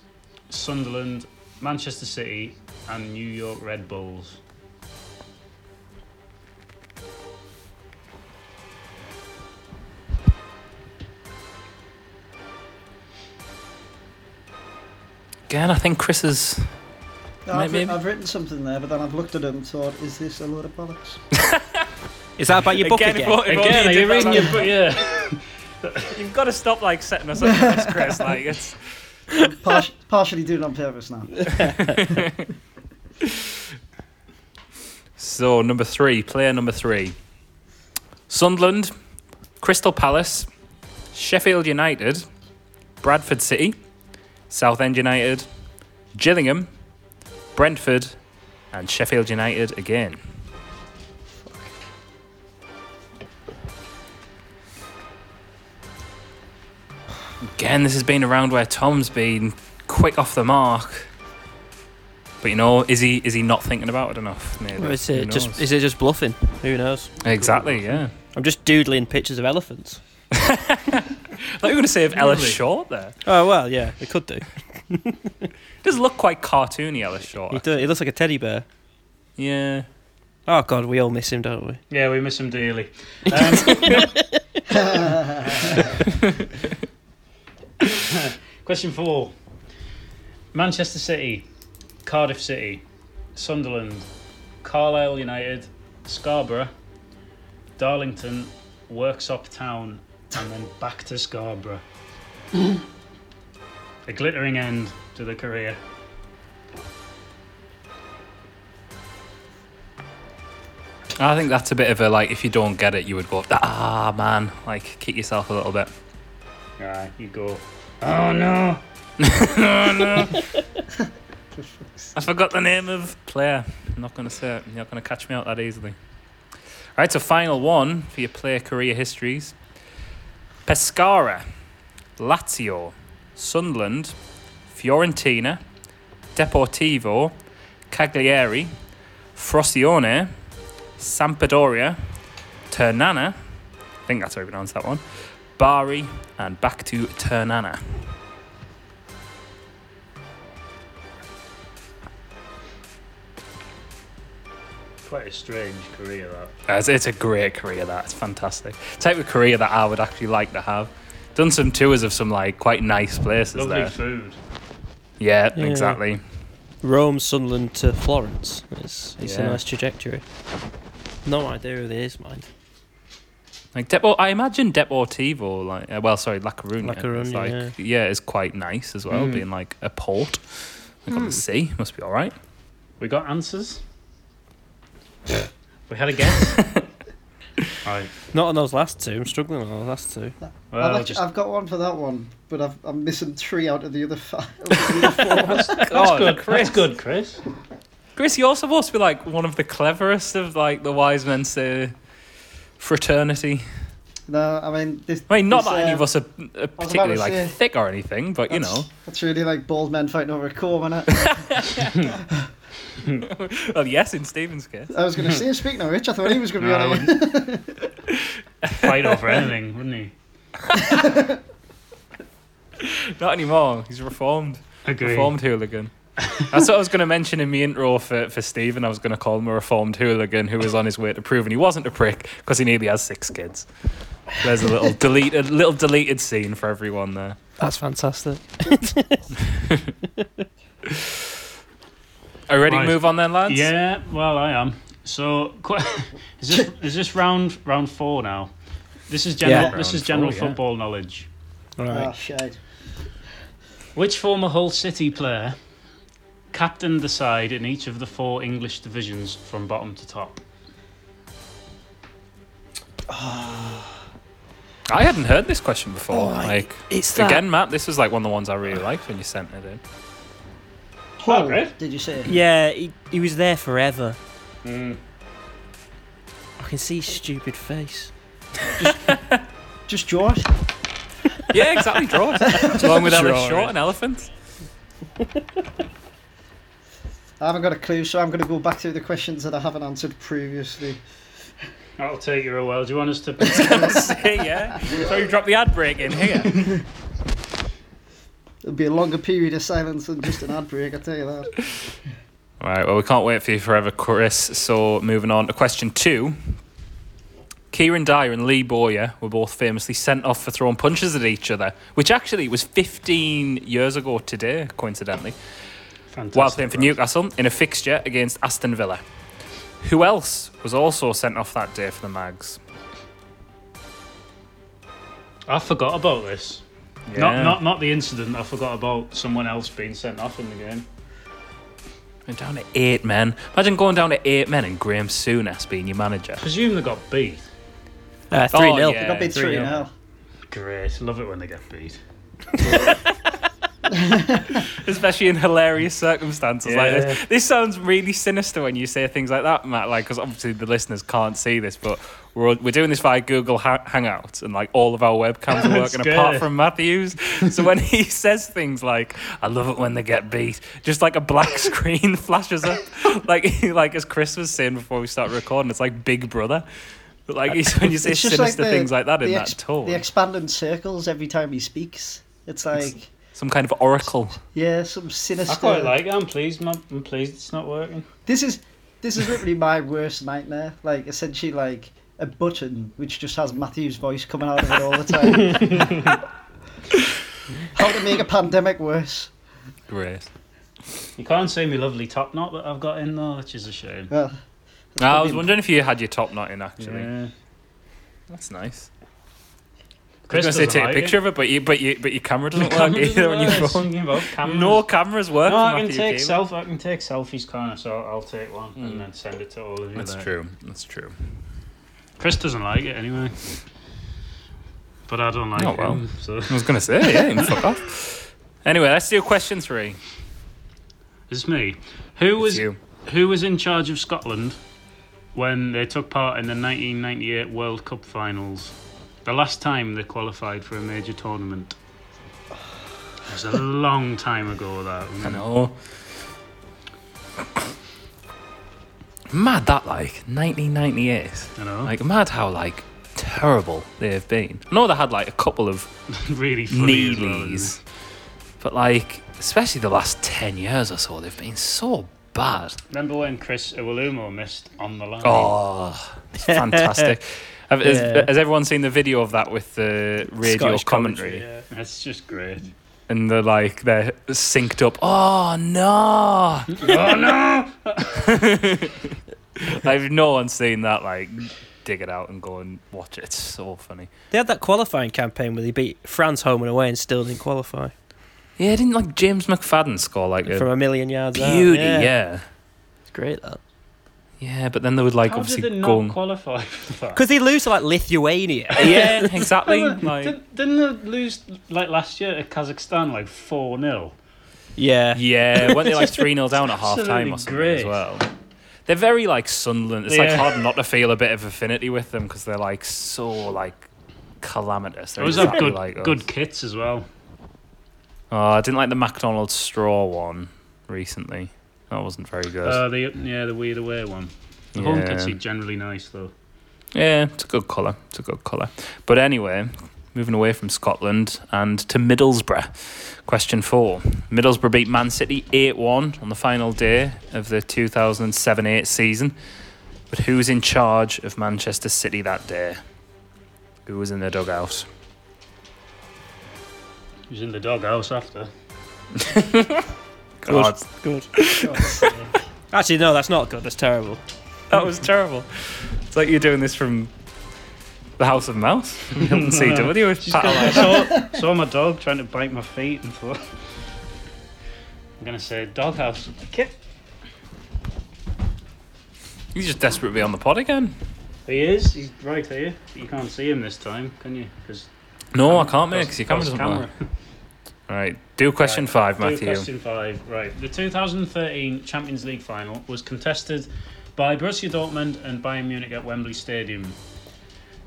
[SPEAKER 2] Sunderland, Manchester City, and New York Red Bulls.
[SPEAKER 1] Again, I think Chris is
[SPEAKER 4] I've,
[SPEAKER 1] maybe-
[SPEAKER 4] written, I've written something there, but then I've looked at it and thought, is this a load of bollocks?
[SPEAKER 3] Is that about your book again?
[SPEAKER 1] Again, if all- if all
[SPEAKER 2] Again,
[SPEAKER 1] you
[SPEAKER 2] are
[SPEAKER 1] did
[SPEAKER 2] you
[SPEAKER 1] that
[SPEAKER 2] reading
[SPEAKER 1] last-
[SPEAKER 2] your book? Yeah.
[SPEAKER 1] You've got to stop like setting us up for this, Chris. Like it's
[SPEAKER 4] Par- partially doing it on purpose now.
[SPEAKER 1] so number three, player number three, Sunderland, Crystal Palace, Sheffield United, Bradford City, Southend United, Gillingham, Brentford, and Sheffield United again. Again, this has been a round where Tom's been quick off the mark. But you know, is he is he not thinking about it enough? Maybe.
[SPEAKER 3] Or is
[SPEAKER 1] Who
[SPEAKER 3] it just
[SPEAKER 1] knows?
[SPEAKER 3] is it just bluffing? Who knows?
[SPEAKER 1] exactly, yeah.
[SPEAKER 3] I'm just doodling pictures of elephants.
[SPEAKER 1] I thought you were going to say if Ellis
[SPEAKER 2] Really?
[SPEAKER 1] Short there.
[SPEAKER 3] Oh well, yeah, it could do.
[SPEAKER 1] It does look quite cartoony, Ellis
[SPEAKER 3] He,
[SPEAKER 1] Short.
[SPEAKER 3] do, he looks like a teddy bear.
[SPEAKER 1] Yeah.
[SPEAKER 3] Oh god, we all miss him, don't we?
[SPEAKER 2] Yeah, we miss him dearly. Question four Manchester City, Cardiff City, Sunderland, Carlisle United, Scarborough, Darlington, Worksop Town, and then back to Scarborough. A glittering end to the career.
[SPEAKER 1] I think that's a bit of a like. If you don't get it, you would go ah man, like kick yourself a little bit.
[SPEAKER 2] Ah, you go. Oh no!
[SPEAKER 1] Oh, I forgot the name of player. I'm not going to say it. You're not going to catch me out that easily. Right, so final one for your player career histories: Pescara, Lazio, Sunderland, Fiorentina, Deportivo, Cagliari, Frosinone, Sampdoria, Ternana. I think that's how you pronounce that one. Bari and back to Ternana.
[SPEAKER 2] Quite a strange career that.
[SPEAKER 1] Uh, It's, it's a great career that. It's fantastic. Type of career that I would actually like to have. Done some tours of some like quite nice places
[SPEAKER 2] Lovely
[SPEAKER 1] there.
[SPEAKER 2] food.
[SPEAKER 1] Yeah,
[SPEAKER 3] Yeah.
[SPEAKER 1] exactly.
[SPEAKER 3] Rome, Sunderland to Florence. It's it's
[SPEAKER 1] Yeah.
[SPEAKER 3] a nice trajectory. No idea who they is, mind.
[SPEAKER 1] Like Depo, I imagine Deportivo, like uh, well, sorry, La Coruña.
[SPEAKER 3] La Coruña,
[SPEAKER 1] It's like, yeah, it's quite nice as well, being like a port, like on the sea, must be all right.
[SPEAKER 2] We got answers. we had a guess. right.
[SPEAKER 3] Not on those last two. I'm struggling on those last two.
[SPEAKER 2] Well,
[SPEAKER 4] I've, actually,
[SPEAKER 2] just,
[SPEAKER 4] I've got one for that one, but I've, I'm missing three out of the other five. the other four.
[SPEAKER 1] oh,
[SPEAKER 2] good.
[SPEAKER 1] Chris,
[SPEAKER 2] That's good, Chris.
[SPEAKER 1] Chris, you're supposed to be like one of the cleverest of like the wise men say fraternity.
[SPEAKER 4] no, I mean, this,
[SPEAKER 1] I mean, not
[SPEAKER 4] this,
[SPEAKER 1] that any
[SPEAKER 4] uh,
[SPEAKER 1] of us are uh, particularly
[SPEAKER 4] to
[SPEAKER 1] like
[SPEAKER 4] say,
[SPEAKER 1] thick or anything, but you know.
[SPEAKER 4] It's really like bald men fighting over a comb, isn't it?
[SPEAKER 1] Well, yes, in Stephen's case.
[SPEAKER 4] I was going to say, speaking of which, I thought he was going to be
[SPEAKER 2] No, I
[SPEAKER 4] on it.
[SPEAKER 2] wouldn't fight over anything, wouldn't he?
[SPEAKER 1] Not anymore. He's reformed.
[SPEAKER 2] Agree.
[SPEAKER 1] Reformed hooligan. That's what I was going to mention in my intro for, for Stephen. I was going to call him a reformed hooligan who was on his way to proving he wasn't a prick because he nearly has six kids. There's a little deleted little deleted scene for everyone there.
[SPEAKER 3] That's fantastic.
[SPEAKER 1] Are you ready
[SPEAKER 2] Right.
[SPEAKER 1] to move on then, lads?
[SPEAKER 2] Yeah, well, I am. So, qu- is this is this round round four now? This is general.
[SPEAKER 3] Yeah.
[SPEAKER 2] This is
[SPEAKER 1] Round
[SPEAKER 2] general
[SPEAKER 1] four, yeah.
[SPEAKER 2] football knowledge.
[SPEAKER 3] All right.
[SPEAKER 4] Oh, shade.
[SPEAKER 2] Which former Hull City player captained the side in each of the four English divisions from bottom to top?
[SPEAKER 1] I hadn't heard this question before. like
[SPEAKER 3] it's that-
[SPEAKER 1] again, Matt. This was like one of the ones I really liked when you sent it in.
[SPEAKER 4] Hull,
[SPEAKER 2] great.
[SPEAKER 4] did you say?
[SPEAKER 3] Yeah, he, he was there forever. I can see his stupid face.
[SPEAKER 4] Just George?
[SPEAKER 1] Yeah, exactly. Draw it. Along with Ellis
[SPEAKER 3] Draw
[SPEAKER 1] Short
[SPEAKER 3] it.
[SPEAKER 1] and elephants.
[SPEAKER 4] I haven't got a clue, so I'm going to go back through the questions that I haven't answered previously.
[SPEAKER 2] That'll take you a while. Do you want us to?
[SPEAKER 1] yeah. So you dropped the ad break in here.
[SPEAKER 4] It'll be a longer period of silence than just an ad break, I tell you that.
[SPEAKER 1] All right. Well, we can't wait for you forever, Chris. So moving on to question two. Kieran Dyer and Lee Boyer were both famously sent off for throwing punches at each other, which actually was 15 years ago today, coincidentally,
[SPEAKER 2] Fantastic.
[SPEAKER 1] while playing for Newcastle in a fixture against Aston Villa. Who else was also sent off that day for the Mags?
[SPEAKER 2] I forgot about this. Not, not, not the incident. I forgot about someone else being sent off in the game.
[SPEAKER 1] Went down to eight men. Imagine going down to eight men and Graham Souness being your manager.
[SPEAKER 2] Presume they got beat.
[SPEAKER 3] Uh, 3
[SPEAKER 1] Oh,
[SPEAKER 3] 0.
[SPEAKER 1] yeah.
[SPEAKER 4] They got beat
[SPEAKER 3] three
[SPEAKER 4] 3
[SPEAKER 3] nil.
[SPEAKER 4] 0.
[SPEAKER 2] Great. Love it when they get beat.
[SPEAKER 1] especially in hilarious circumstances like
[SPEAKER 2] Yeah.
[SPEAKER 1] this. This sounds really sinister when you say things like that, Matt. Like, because obviously the listeners can't see this, but we're all- we're doing this via Google ha- Hangouts, and like all of our webcams are
[SPEAKER 2] That's
[SPEAKER 1] working
[SPEAKER 2] good.
[SPEAKER 1] apart from Matthews. So when he says things like, "I love it when they get beat," just like a black screen flashes up, like like as Chris was saying before we started recording, it's like Big Brother. But
[SPEAKER 4] Uh,
[SPEAKER 1] like he's, when you say sinister things like that in
[SPEAKER 4] the
[SPEAKER 1] that
[SPEAKER 4] ex-
[SPEAKER 1] tone,
[SPEAKER 4] The expanding circles every time he speaks. It's like,
[SPEAKER 1] some kind of oracle.
[SPEAKER 4] yeah, some sinister.
[SPEAKER 2] I quite like it. I'm pleased. Mum. I'm pleased it's not working.
[SPEAKER 4] This is this is literally my worst nightmare. Like essentially like a button which just has Matthew's voice coming out of it all the time. How to make a pandemic worse?
[SPEAKER 1] Great.
[SPEAKER 2] You can't see my lovely top knot that I've got in though, which is a shame.
[SPEAKER 4] Well,
[SPEAKER 1] I was wondering if you had your top knot in actually.
[SPEAKER 2] Yeah.
[SPEAKER 1] That's nice. I was
[SPEAKER 2] Chris
[SPEAKER 1] going to say
[SPEAKER 2] doesn't
[SPEAKER 1] take
[SPEAKER 2] like
[SPEAKER 1] a
[SPEAKER 2] it.
[SPEAKER 1] picture of it, but you, but you, but your camera doesn't
[SPEAKER 2] Camera
[SPEAKER 1] work
[SPEAKER 2] doesn't
[SPEAKER 1] either on your
[SPEAKER 2] work.
[SPEAKER 1] phone.
[SPEAKER 2] Thinking about cameras.
[SPEAKER 1] No cameras work.
[SPEAKER 2] No,
[SPEAKER 1] for
[SPEAKER 2] I can
[SPEAKER 1] Matthew
[SPEAKER 2] take
[SPEAKER 1] Keegan. Hmm.
[SPEAKER 2] self. I can take selfies, kind of. So I'll take one and then send it to all of you.
[SPEAKER 1] That's
[SPEAKER 2] there.
[SPEAKER 1] true. That's true.
[SPEAKER 2] Chris doesn't like it anyway, but I don't like
[SPEAKER 1] Oh, well.
[SPEAKER 2] him. So
[SPEAKER 1] I was going to say, yeah, you can fuck off. Anyway, let's do question three.
[SPEAKER 2] it's me. Who
[SPEAKER 1] It's
[SPEAKER 2] was
[SPEAKER 1] you.
[SPEAKER 2] who was in charge of Scotland when they took part in the 1998 World Cup finals? The last time they qualified for a major tournament. It was a long time ago. That
[SPEAKER 1] I know. Mad that like 1998.
[SPEAKER 2] I know.
[SPEAKER 1] Like mad how like terrible they have been. I know they had like a couple of
[SPEAKER 2] really funny. as well, isn't it?
[SPEAKER 1] Neelys. But like, especially the last ten years or so, they've been so bad.
[SPEAKER 2] Remember when Chris Iwalumo missed on the line?
[SPEAKER 1] Oh, it's fantastic! Have- has,
[SPEAKER 3] Yeah.
[SPEAKER 1] has everyone seen the video of that with the radio
[SPEAKER 3] Scottish
[SPEAKER 1] commentary?
[SPEAKER 2] Yeah, that's just great.
[SPEAKER 1] And they're like they're synced up. Oh no!
[SPEAKER 2] oh no!
[SPEAKER 1] I've no one seen that. Like, dig it out and go and watch it. It's so funny.
[SPEAKER 3] They had that qualifying campaign where they beat France home and away and still didn't qualify
[SPEAKER 1] Yeah, didn't like James McFadden score like a
[SPEAKER 3] from a million yards out.
[SPEAKER 1] beauty? Yeah. yeah,
[SPEAKER 3] It's great, that.
[SPEAKER 1] But then they would like
[SPEAKER 2] How did
[SPEAKER 1] obviously
[SPEAKER 2] they not
[SPEAKER 1] go. and-
[SPEAKER 2] qualify for that?
[SPEAKER 3] Because they lose to, like, Lithuania.
[SPEAKER 1] Yeah, exactly.
[SPEAKER 2] Remember,
[SPEAKER 1] like,
[SPEAKER 2] didn't, didn't they lose like last year to Kazakhstan like 4 0?
[SPEAKER 3] yeah.
[SPEAKER 1] Yeah, weren't they like 3 0 down at half time
[SPEAKER 2] absolutely
[SPEAKER 1] or something as
[SPEAKER 2] great.
[SPEAKER 1] well? They're very like Sunderland. It's like
[SPEAKER 2] Yeah.
[SPEAKER 1] hard not to feel a bit of affinity with them because they're like so like calamitous. They're
[SPEAKER 2] Those have
[SPEAKER 1] exactly
[SPEAKER 2] good,
[SPEAKER 1] like us.
[SPEAKER 2] good kits as well.
[SPEAKER 1] Oh, I didn't like the McDonald's straw one recently. That wasn't very good.
[SPEAKER 2] Uh, the, yeah, the Weird Away one. The home kits
[SPEAKER 1] yeah.
[SPEAKER 2] are generally nice though.
[SPEAKER 1] yeah, it's a good colour. It's a good colour. But anyway, moving away from Scotland and to Middlesbrough. Question four Middlesbrough beat Man City 8 1 on the final day of the 2007 8 season. But who was in charge of Manchester City that day? Who was in the dugout?
[SPEAKER 2] It was in the doghouse after.
[SPEAKER 1] God,
[SPEAKER 3] Good.
[SPEAKER 4] God.
[SPEAKER 3] Actually, no, that's not good. That's terrible.
[SPEAKER 1] that was terrible. It's like you're doing this from the House of Mouse. from Hilton CW with Pat
[SPEAKER 2] I
[SPEAKER 1] Allen.
[SPEAKER 2] saw, saw my dog trying to bite my feet and thought, I'm going to say doghouse. Kit.
[SPEAKER 1] He's just desperate to be on the pod again.
[SPEAKER 2] He is. He's right here. But you can't see him this time, can you? Because
[SPEAKER 1] No, I can't make because your camera doesn't work.
[SPEAKER 2] camera.
[SPEAKER 1] All right, do question five,
[SPEAKER 2] Do
[SPEAKER 1] Matthew.
[SPEAKER 2] Question five. Right. The 2013 Champions League final was contested by Borussia Dortmund and Bayern Munich at Wembley Stadium.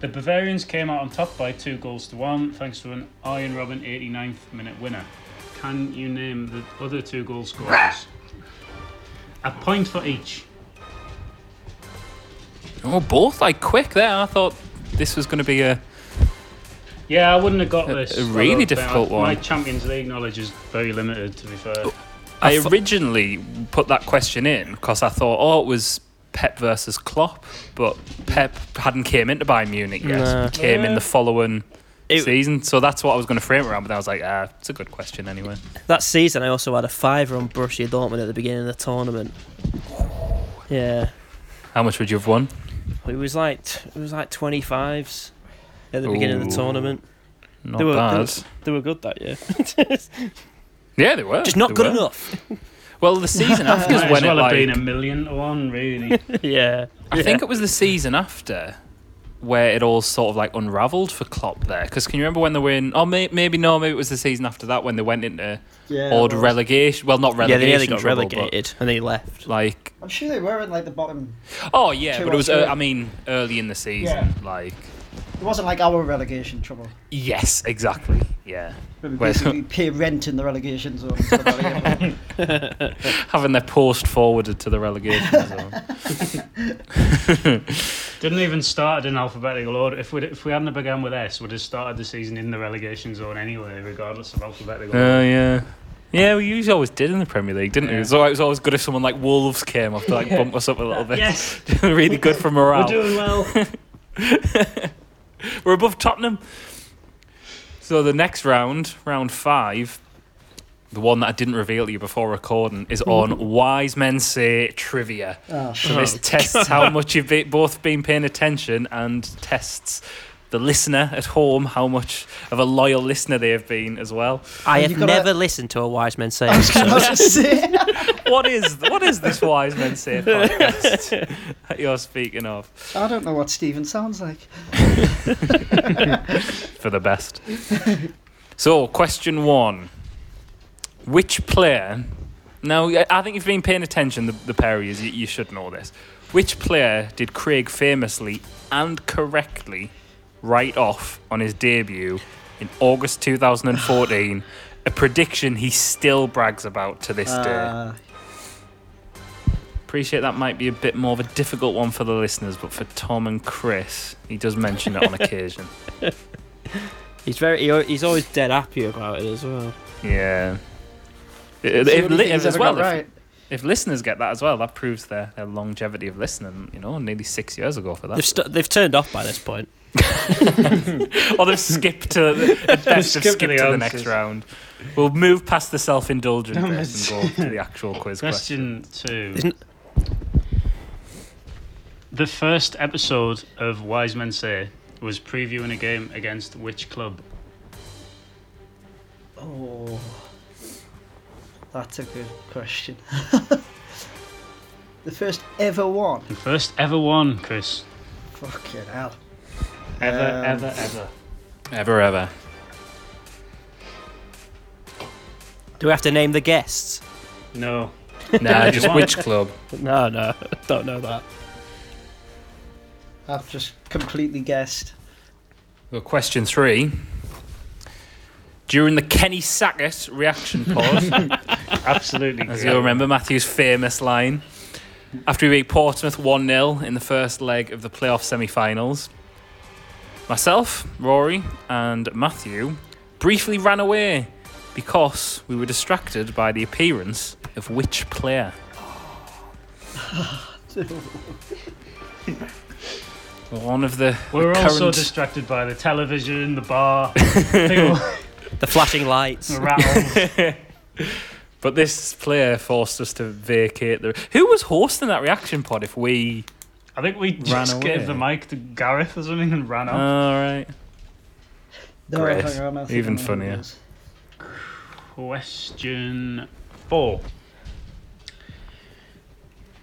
[SPEAKER 2] The Bavarians came out on top by two goals to one, thanks to an Iron Robin 89th minute winner. Can you name the other two goal scorers? A point for each.
[SPEAKER 1] Oh, both like quick there. I thought this was going to be a.
[SPEAKER 2] Yeah, I wouldn't have got
[SPEAKER 1] A-
[SPEAKER 2] this.
[SPEAKER 1] a
[SPEAKER 2] I
[SPEAKER 1] really
[SPEAKER 2] don't think-
[SPEAKER 1] difficult
[SPEAKER 2] My
[SPEAKER 1] one.
[SPEAKER 2] Champions League knowledge is very limited, to be fair.
[SPEAKER 1] I
[SPEAKER 3] thought-
[SPEAKER 1] originally put that question in because I thought, oh, it was Pep versus Klopp, but Pep hadn't came into Bayern Munich yet.
[SPEAKER 3] Nah.
[SPEAKER 1] He came in the following
[SPEAKER 3] It-
[SPEAKER 1] season, so that's what I was going to frame it around. But then I was like, ah, it's a good question anyway.
[SPEAKER 3] That season, I also had a fiver on Borussia Dortmund at the beginning of the tournament. Yeah.
[SPEAKER 1] How much would you have won?
[SPEAKER 3] It was like it was like 25s at the beginning of
[SPEAKER 1] Ooh.
[SPEAKER 3] the tournament.
[SPEAKER 1] Not
[SPEAKER 3] They were, they,
[SPEAKER 1] bad.
[SPEAKER 3] were, they were good that year.
[SPEAKER 1] yeah, they were.
[SPEAKER 3] Just not
[SPEAKER 1] They
[SPEAKER 3] good
[SPEAKER 1] were.
[SPEAKER 3] enough.
[SPEAKER 1] Well, the season after
[SPEAKER 2] Might
[SPEAKER 1] is
[SPEAKER 2] as
[SPEAKER 1] when it
[SPEAKER 2] well have
[SPEAKER 1] like
[SPEAKER 2] been a million to one, really.
[SPEAKER 3] yeah.
[SPEAKER 1] I think it was the season after where it all sort of like unravelled for Klopp there. Because can you remember when they were in? Oh, may, maybe no, maybe it was the season after that when they went into
[SPEAKER 4] Yeah.
[SPEAKER 1] odd
[SPEAKER 4] well,
[SPEAKER 1] relegation. Well, not
[SPEAKER 3] yeah,
[SPEAKER 1] relegation.
[SPEAKER 3] they nearly got
[SPEAKER 1] trouble, but,
[SPEAKER 3] relegated and they left.
[SPEAKER 1] Like
[SPEAKER 4] I'm sure they were in like the bottom.
[SPEAKER 1] oh yeah,
[SPEAKER 4] Two
[SPEAKER 1] but
[SPEAKER 4] or
[SPEAKER 1] it was
[SPEAKER 4] three.
[SPEAKER 1] uh, I mean early in the season. Like
[SPEAKER 4] It wasn't like our relegation trouble.
[SPEAKER 1] yes, exactly. Yeah,
[SPEAKER 4] Where we
[SPEAKER 1] Where-
[SPEAKER 4] basically pay rent in the relegation zone. to the bottom.
[SPEAKER 1] having their post forwarded to the relegation zone.
[SPEAKER 2] Didn't even start in alphabetical order. If we if we hadn't have begun with S, we'd have started the season in the relegation zone anyway, regardless of alphabetical.
[SPEAKER 1] Oh
[SPEAKER 2] order.
[SPEAKER 1] yeah. Yeah, we usually always did in the Premier League, didn't
[SPEAKER 2] Yeah.
[SPEAKER 1] we? So it was always good if someone like Wolves came up to like
[SPEAKER 2] Yeah.
[SPEAKER 1] bump us up a little bit.
[SPEAKER 2] Yes,
[SPEAKER 1] really good for
[SPEAKER 2] we're
[SPEAKER 1] morale.
[SPEAKER 2] doing well.
[SPEAKER 1] We're above Tottenham. So the next round, round five, the one that I didn't reveal to you before recording, is on wise men say trivia.
[SPEAKER 4] Oh,
[SPEAKER 1] So this tests how much you've be- both been paying attention and tests the listener at home how much of a loyal listener they have been as well.
[SPEAKER 3] I
[SPEAKER 4] You've
[SPEAKER 3] have
[SPEAKER 4] gotta-
[SPEAKER 3] never listened to a wise man say. it, so-
[SPEAKER 4] I was saying.
[SPEAKER 1] What is what is this wise men say podcast that you're speaking of?
[SPEAKER 4] I don't know what Steven sounds like.
[SPEAKER 1] for the best. so, question one: Which player? Now, I- I think you've been paying attention. The, the pair of yous, you, you should know this. Which player did Craig famously and correctly write off on his debut in August 2014? a prediction he still brags about to this day.
[SPEAKER 4] Uh,
[SPEAKER 1] Appreciate that might be a bit more of a difficult one for the listeners, but for Tom and Chris, he does mention it on occasion.
[SPEAKER 3] he's very. He, al- he's always dead happy about it as well.
[SPEAKER 1] Yeah.
[SPEAKER 4] so
[SPEAKER 1] If,
[SPEAKER 4] what do
[SPEAKER 1] li-
[SPEAKER 4] you
[SPEAKER 1] if,
[SPEAKER 4] think he's
[SPEAKER 1] as
[SPEAKER 4] ever got
[SPEAKER 1] well, if,
[SPEAKER 4] right?
[SPEAKER 1] if listeners get that as well, that proves their, their longevity of listening. You know, nearly six years ago for that.
[SPEAKER 3] They've st- they've turned off by this point.
[SPEAKER 1] or oh, they've skipped to the, at best, they've
[SPEAKER 2] Skipped
[SPEAKER 1] skipped
[SPEAKER 2] the
[SPEAKER 1] to the
[SPEAKER 2] answers.
[SPEAKER 1] next round. We'll move past the self-indulgent
[SPEAKER 2] Damn
[SPEAKER 1] bit
[SPEAKER 2] it.
[SPEAKER 1] and go to the actual quiz question.
[SPEAKER 2] Question two.
[SPEAKER 3] Isn't-
[SPEAKER 2] The first episode of Wise Men Say was previewing a game against which club?
[SPEAKER 4] Oh, that's a good question. the first ever one.
[SPEAKER 2] The first ever one, Chris.
[SPEAKER 4] Fucking hell.
[SPEAKER 2] Ever,
[SPEAKER 4] Um,
[SPEAKER 2] ever, ever.
[SPEAKER 1] Ever, ever.
[SPEAKER 3] Do we have to name the guests?
[SPEAKER 2] No.
[SPEAKER 1] Nah,
[SPEAKER 2] you
[SPEAKER 1] just
[SPEAKER 2] want.
[SPEAKER 1] which club?
[SPEAKER 3] No, no, don't know that.
[SPEAKER 4] I've just completely guessed.
[SPEAKER 1] Well, question three. During the Kenny Sackett reaction pod,
[SPEAKER 2] Absolutely.
[SPEAKER 1] As
[SPEAKER 2] correct.
[SPEAKER 1] you'll remember, Matthew's famous line after we beat Portsmouth 1 0 in the first leg of the playoff semi finals. Myself, Rory, and Matthew briefly ran away because we were distracted by the appearance of which player? One of the, the
[SPEAKER 2] We're
[SPEAKER 1] current.
[SPEAKER 2] also distracted by the television, the bar, people,
[SPEAKER 3] The flashing lights.
[SPEAKER 2] the rattle.
[SPEAKER 1] but this player forced us to vacate the. Who was hosting that reaction pod if we.
[SPEAKER 2] I think we just
[SPEAKER 1] away.
[SPEAKER 2] gave the mic to Gareth or something and ran off.
[SPEAKER 1] Alright.
[SPEAKER 4] No,
[SPEAKER 1] Great.
[SPEAKER 4] hang on, I think
[SPEAKER 1] Even
[SPEAKER 4] I know who it
[SPEAKER 1] funnier.
[SPEAKER 4] is.
[SPEAKER 2] Question four.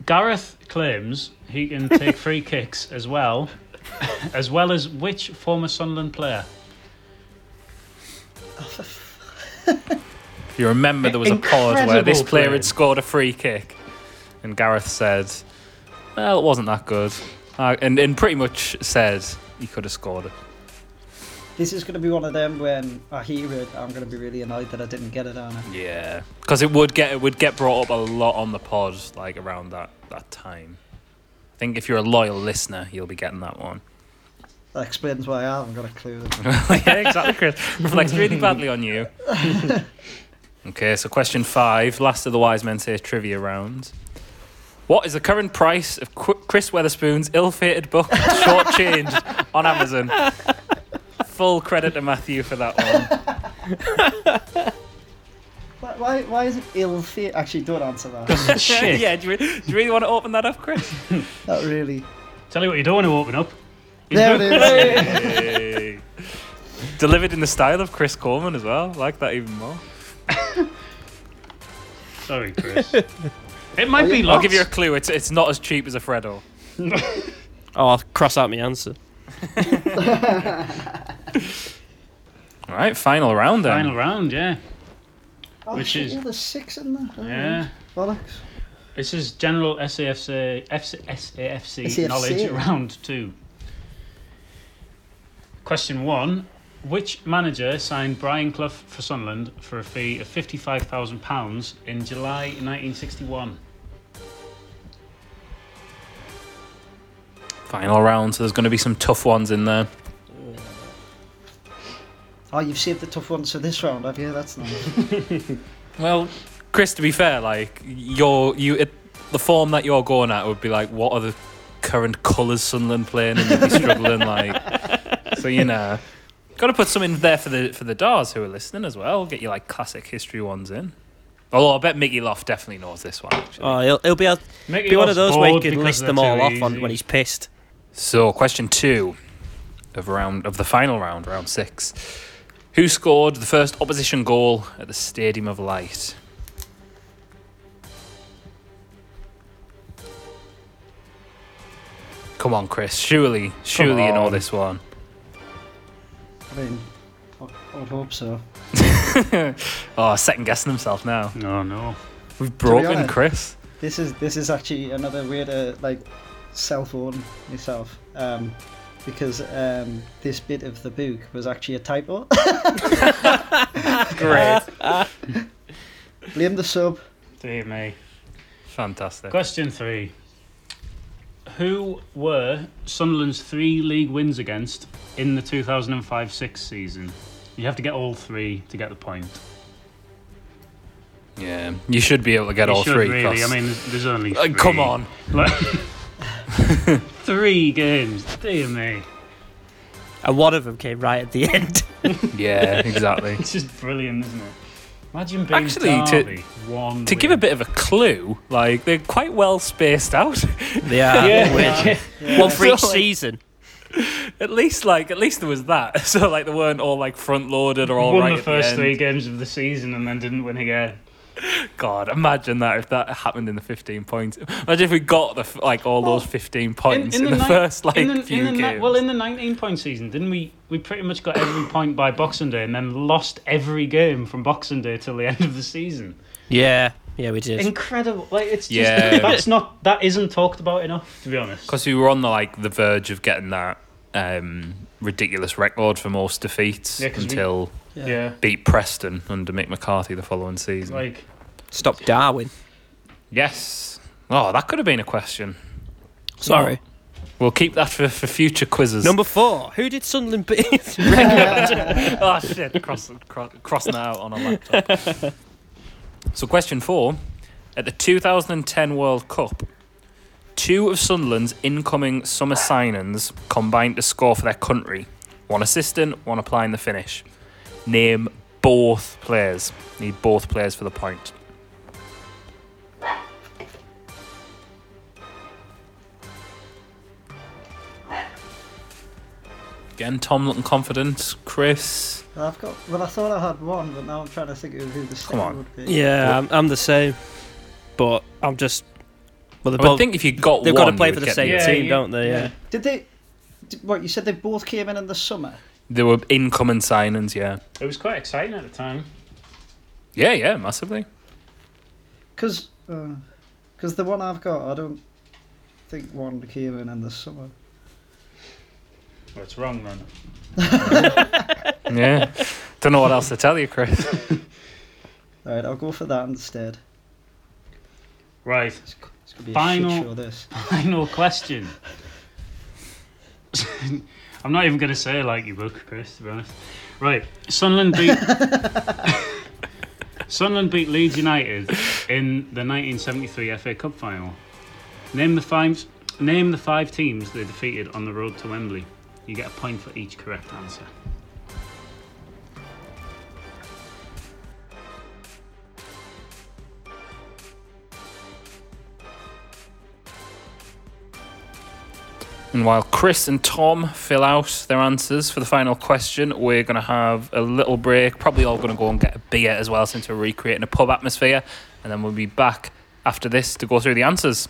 [SPEAKER 2] Gareth claims he can take free kicks as well, as well as which former Sunderland player?
[SPEAKER 1] If you remember, there was a pause where this
[SPEAKER 2] Incredible
[SPEAKER 1] player
[SPEAKER 2] play.
[SPEAKER 1] had scored a free kick, and Gareth said, "Well, it wasn't that good," uh, and and pretty much said he could have scored it.
[SPEAKER 4] This is going to be one of them when I hear it, I'm going to be really annoyed that I didn't get it on it.
[SPEAKER 1] Yeah, because it would get it would get brought up a lot on the pod, like around that that time. I think if you're a loyal listener, you'll be getting that one.
[SPEAKER 4] That explains why I haven't got a clue.
[SPEAKER 1] yeah, exactly, Chris. Reflects really badly on you. okay, so question five, last of the wise men say trivia round. What is the current price of Qu- Chris Weatherspoon's ill-fated book Short Change on Amazon? Full credit to Matthew for that one.
[SPEAKER 4] Why, why, why is it ill fate? Actually, don't answer that.
[SPEAKER 2] Shit.
[SPEAKER 1] yeah, do you, re- do you really want to open that up, Chris?
[SPEAKER 4] Not really.
[SPEAKER 2] Tell you what, you don't want to open up. You
[SPEAKER 4] There
[SPEAKER 2] do-
[SPEAKER 4] it is.
[SPEAKER 1] Hey. Delivered in the style of Chris Coleman as well. Like that even more.
[SPEAKER 2] Sorry, Chris. It might be
[SPEAKER 4] you-
[SPEAKER 2] lots.
[SPEAKER 1] I'll give you a clue. It's it's not as cheap as a Freddo.
[SPEAKER 3] Oh, I'll cross out my answer.
[SPEAKER 1] All right, final round then.
[SPEAKER 2] Final round, yeah.
[SPEAKER 4] Oh,
[SPEAKER 2] Which
[SPEAKER 4] shit,
[SPEAKER 2] is-
[SPEAKER 4] yeah, there's six in there. Oh,
[SPEAKER 2] Yeah.
[SPEAKER 4] Bollocks.
[SPEAKER 2] This is general SAFC, FC, SAFC
[SPEAKER 4] SAFC.
[SPEAKER 2] knowledge round two. Question one Which manager signed Brian Clough for Sunderland for a fee of £55,000 in July 1961?
[SPEAKER 1] Final round. So there's going to be some tough ones in there.
[SPEAKER 4] Oh, you've saved the tough ones for this round, have you? That's nice.
[SPEAKER 1] Well, Chris, to be fair, like your you it, the form that you're going at would be like, what are the current colours Sunderland playing? And you'd be struggling, like. So you know, got to put some in there for the for the Dars who are listening as well. Get your like classic history ones in. Although I bet Mickey Loft definitely knows this one. Actually.
[SPEAKER 3] Oh, he'll, he'll be able,
[SPEAKER 2] Mickey
[SPEAKER 3] be one
[SPEAKER 2] was
[SPEAKER 3] of those where he
[SPEAKER 2] bored
[SPEAKER 3] can
[SPEAKER 2] because
[SPEAKER 3] list
[SPEAKER 2] they're
[SPEAKER 3] them all
[SPEAKER 2] too
[SPEAKER 3] off on,
[SPEAKER 2] easy.
[SPEAKER 3] when he's pissed.
[SPEAKER 1] So, question two of round of the final round, round six. Who scored the first opposition goal at the Stadium of Light? Come on, Chris. Surely, surely you know
[SPEAKER 2] on.
[SPEAKER 1] this one.
[SPEAKER 4] I mean, I, I would hope so.
[SPEAKER 1] Oh, second guessing himself now.
[SPEAKER 2] No, Oh, no.
[SPEAKER 1] We've broken
[SPEAKER 4] honest-
[SPEAKER 1] Chris.
[SPEAKER 4] This is this is actually another way to like self-own myself, um, because um, this bit of the book was actually a typo.
[SPEAKER 1] Great.
[SPEAKER 4] Blame the sub.
[SPEAKER 2] Dear me.
[SPEAKER 1] Fantastic.
[SPEAKER 2] Question three. Who were Sunderland's three league wins against in the 2005 6 season? You have to get all three to get the point.
[SPEAKER 1] Yeah, you should be able to get
[SPEAKER 2] You
[SPEAKER 1] all
[SPEAKER 2] should
[SPEAKER 1] three.
[SPEAKER 2] Really, I
[SPEAKER 1] Chris.
[SPEAKER 2] mean, there's- there's only.
[SPEAKER 1] Uh, come
[SPEAKER 2] three.
[SPEAKER 1] on.
[SPEAKER 2] Like, three games. Dear me.
[SPEAKER 3] And one of them came right at the end.
[SPEAKER 1] Yeah, exactly.
[SPEAKER 2] It's just brilliant, isn't it? Imagine being
[SPEAKER 1] Actually, to-
[SPEAKER 2] Derby, one
[SPEAKER 1] to give a bit of a clue, like they're quite well spaced out.
[SPEAKER 3] They are.
[SPEAKER 2] Yeah.
[SPEAKER 3] weird. One for
[SPEAKER 1] So,
[SPEAKER 3] each
[SPEAKER 1] like-
[SPEAKER 3] season.
[SPEAKER 1] at least, like at least there was that. So like they weren't all like front loaded or all
[SPEAKER 2] Won
[SPEAKER 1] right
[SPEAKER 2] the
[SPEAKER 1] at
[SPEAKER 2] first
[SPEAKER 1] end.
[SPEAKER 2] three games of the season and then didn't win again.
[SPEAKER 1] God, imagine that if that happened in the fifteen points. Imagine if we got the f- like all those fifteen points in, the,
[SPEAKER 2] ni-
[SPEAKER 1] first like
[SPEAKER 2] in the- in
[SPEAKER 1] few
[SPEAKER 2] the ni-
[SPEAKER 1] games.
[SPEAKER 2] well, in the 19 point season, didn't we? We pretty much got every point by Boxing Day and then lost every game from Boxing Day till the end of the season.
[SPEAKER 3] Yeah. Yeah, we did.
[SPEAKER 2] Incredible. Like it's just
[SPEAKER 1] Yeah.
[SPEAKER 2] that's not that isn't talked about enough to be honest.
[SPEAKER 1] because we were on the like the verge of getting that um, ridiculous record for most defeats
[SPEAKER 2] Yeah, 'cause we-
[SPEAKER 1] until
[SPEAKER 2] Yeah.
[SPEAKER 1] beat Preston under Mick McCarthy the following season.
[SPEAKER 2] Like
[SPEAKER 3] Stop Darwin.
[SPEAKER 1] yes. Oh, that could have been a question.
[SPEAKER 3] Sorry.
[SPEAKER 1] We'll keep that for, for future quizzes.
[SPEAKER 3] Number four. Who did Sunderland beat?
[SPEAKER 1] oh shit! Cross, cross, crossing that out on a laptop. so, question four: At the 2010 World Cup, two of Sunderland's incoming summer signings combined to score for their country. One assistant, one applying the finish. Name both players. Need both players for the point. Again, Tom looking confident. Chris,
[SPEAKER 4] I've got. Well, I thought I had one, but now I'm trying to think of who the second
[SPEAKER 1] on.
[SPEAKER 4] would be.
[SPEAKER 3] yeah, I'm, I'm the same. But I'm just. Well, they're
[SPEAKER 1] I would
[SPEAKER 3] both,
[SPEAKER 1] think if you got
[SPEAKER 3] they've
[SPEAKER 1] one,
[SPEAKER 3] got to play
[SPEAKER 1] you
[SPEAKER 3] for
[SPEAKER 1] would
[SPEAKER 3] the
[SPEAKER 1] get
[SPEAKER 3] same
[SPEAKER 2] the other.
[SPEAKER 3] team,
[SPEAKER 2] Yeah,
[SPEAKER 3] don't they? Yeah.
[SPEAKER 2] yeah.
[SPEAKER 4] Did they? Did, what you said? They both came in in the summer.
[SPEAKER 1] There were incoming signings, yeah,
[SPEAKER 2] it was quite exciting at the time.
[SPEAKER 1] yeah, yeah, massively.
[SPEAKER 4] Because because the one I've got, I don't think one came in in the summer.
[SPEAKER 2] Well, it's wrong then.
[SPEAKER 1] Yeah, don't know what else to tell you, Chris.
[SPEAKER 4] All right, I'll go for that instead.
[SPEAKER 2] Right.
[SPEAKER 4] It's, g- it's gonna be a
[SPEAKER 2] Final-
[SPEAKER 4] shit show. This.
[SPEAKER 2] Final question. I'm not even going to say I like your book, Chris, to be honest. Right. Sunderland beat. Sunderland beat Leeds United in the 1973 FA Cup final. Name the five. Name the five teams they defeated on the road to Wembley. You get a point for each correct answer.
[SPEAKER 1] And while Chris and Tom fill out their answers for the final question, we're going to have a little break. Probably all going to go and get a beer as well, since we're recreating a pub atmosphere. And then we'll be back after this to go through the answers.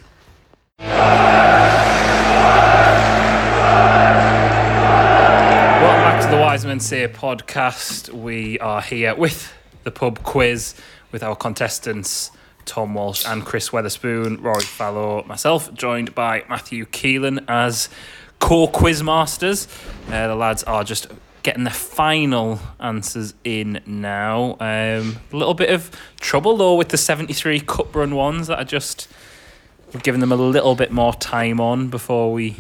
[SPEAKER 1] Wise Men Say podcast. We are here with the pub quiz with our contestants Tom Walsh and Chris Weatherspoon, Rory Fallow, myself, joined by Matthew Keelan as core quiz masters. Uh, the lads are just getting the final answers in now. Um, a little bit of trouble though with the 73 cup run ones that are just we've given them a little bit more time on before we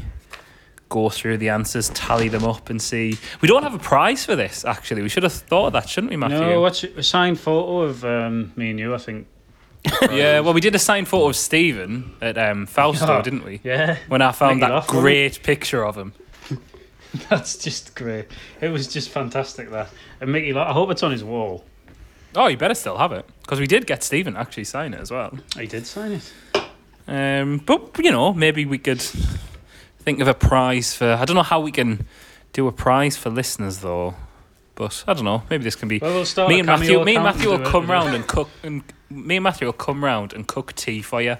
[SPEAKER 1] go through the answers, tally them up, and see. We don't have a prize for this, actually. We should have thought of that, shouldn't we, Matthew?
[SPEAKER 2] No, what's a signed photo of um, me and you? I think.
[SPEAKER 1] yeah, well, we did a signed photo of Stephen at um, Fausto,
[SPEAKER 2] Yeah.
[SPEAKER 1] didn't we?
[SPEAKER 2] Yeah,
[SPEAKER 1] When I found
[SPEAKER 2] Make it
[SPEAKER 1] that
[SPEAKER 2] off, wasn't
[SPEAKER 1] great picture of him.
[SPEAKER 2] that's just great. It was just fantastic that. And Mickey, Lo- I hope it's on his wall.
[SPEAKER 1] Oh, you better still have it because we did get Stephen to actually sign it as well.
[SPEAKER 2] He did sign it.
[SPEAKER 1] Um, but you know, maybe we could think of a prize for. I don't know how we can do a prize for listeners though. But I don't know. Maybe this can be.
[SPEAKER 2] Well, we'll start.
[SPEAKER 1] me
[SPEAKER 2] a
[SPEAKER 1] and Matthew,
[SPEAKER 2] Cameo
[SPEAKER 1] me and
[SPEAKER 2] account
[SPEAKER 1] Matthew will
[SPEAKER 2] do it.
[SPEAKER 1] come round and cook. And me and Matthew will come round and cook tea for you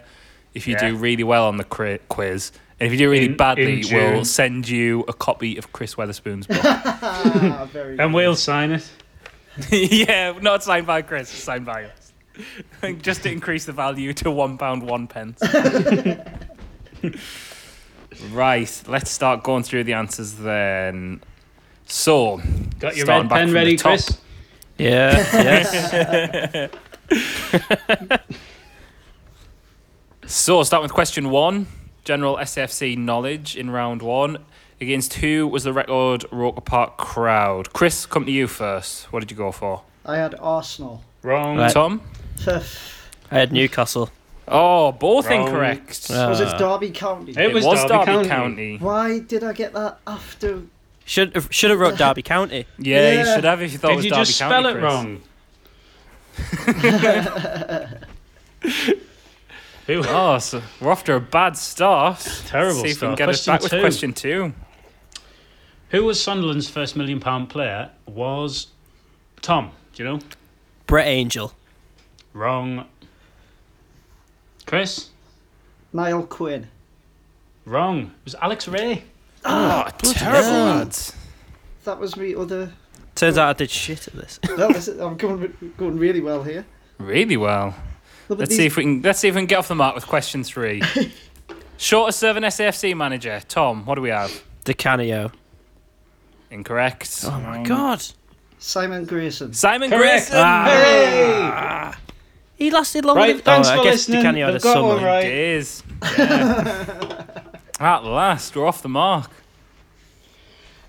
[SPEAKER 1] if you
[SPEAKER 2] Yeah.
[SPEAKER 1] do really well on the cri- quiz. And if you do really
[SPEAKER 2] In- in
[SPEAKER 1] badly, we'll
[SPEAKER 2] June.
[SPEAKER 1] send you a copy of Chris Weatherspoon's book.
[SPEAKER 4] Ah, very
[SPEAKER 2] And we'll sign it.
[SPEAKER 1] yeah, not signed by Chris, it's signed by us. Just to increase the value to one pound one pence. right, let's start going through the answers then. So,
[SPEAKER 2] Got your
[SPEAKER 1] starting
[SPEAKER 2] red
[SPEAKER 1] back
[SPEAKER 2] pen
[SPEAKER 1] from the
[SPEAKER 2] ready,
[SPEAKER 1] top.
[SPEAKER 2] Chris?
[SPEAKER 3] Yeah, yes.
[SPEAKER 1] So, starting with question one general SFC knowledge in round one. Against who was the record Roker Park crowd? Chris, come to you first. What did you go for?
[SPEAKER 4] I had Arsenal.
[SPEAKER 2] Wrong.
[SPEAKER 3] Right.
[SPEAKER 1] Tom?
[SPEAKER 3] I had Newcastle.
[SPEAKER 1] Oh, both
[SPEAKER 2] Wrong.
[SPEAKER 1] incorrect.
[SPEAKER 3] Yeah.
[SPEAKER 4] was it
[SPEAKER 3] Ah.
[SPEAKER 4] Derby County?
[SPEAKER 2] It
[SPEAKER 1] It was, Derby, County.
[SPEAKER 4] Why did I get that after?
[SPEAKER 3] Should have should have wrote Derby County.
[SPEAKER 1] Yeah, you
[SPEAKER 4] Yeah.
[SPEAKER 1] should have if you thought it
[SPEAKER 2] Did
[SPEAKER 1] was Derby
[SPEAKER 2] you just
[SPEAKER 1] County,
[SPEAKER 2] spell it
[SPEAKER 1] Chris.
[SPEAKER 2] wrong? Who?
[SPEAKER 1] Oh, so we're off to a bad start.
[SPEAKER 2] Terrible
[SPEAKER 1] See if we can get us back
[SPEAKER 2] start. Question two.
[SPEAKER 1] with question two.
[SPEAKER 2] Who was Sunderland's first million pound player? Was Tom. Do you know?
[SPEAKER 3] Brett Angel.
[SPEAKER 2] Wrong. Chris?
[SPEAKER 4] Niall Quinn.
[SPEAKER 2] Wrong. It was Alex Ray.
[SPEAKER 1] Oh, terrible
[SPEAKER 3] hell.
[SPEAKER 1] lads.
[SPEAKER 4] That was me other.
[SPEAKER 3] Turns out I did shit at this.
[SPEAKER 4] No, this is, I'm going going really well here.
[SPEAKER 1] Really well.
[SPEAKER 4] No, but
[SPEAKER 1] Let's
[SPEAKER 4] these-
[SPEAKER 1] see if we can. Let's see if we can get off the mark with question three. Shortest serving SAFC manager, Tom. What do we have?
[SPEAKER 3] DeCanio.
[SPEAKER 1] Incorrect.
[SPEAKER 3] Oh
[SPEAKER 2] Mm.
[SPEAKER 3] my god.
[SPEAKER 4] Simon Grayson.
[SPEAKER 1] Simon
[SPEAKER 2] Correct. Ah.
[SPEAKER 1] Grayson.
[SPEAKER 2] Hey!
[SPEAKER 3] He lasted longer
[SPEAKER 2] Right,
[SPEAKER 3] than
[SPEAKER 2] thanks
[SPEAKER 3] oh,
[SPEAKER 2] for
[SPEAKER 3] I guess
[SPEAKER 2] listening.
[SPEAKER 3] DeCanio had
[SPEAKER 2] They've
[SPEAKER 3] a
[SPEAKER 2] got one
[SPEAKER 3] summer.
[SPEAKER 2] right.
[SPEAKER 1] Days. Yeah. At last, we're off the mark.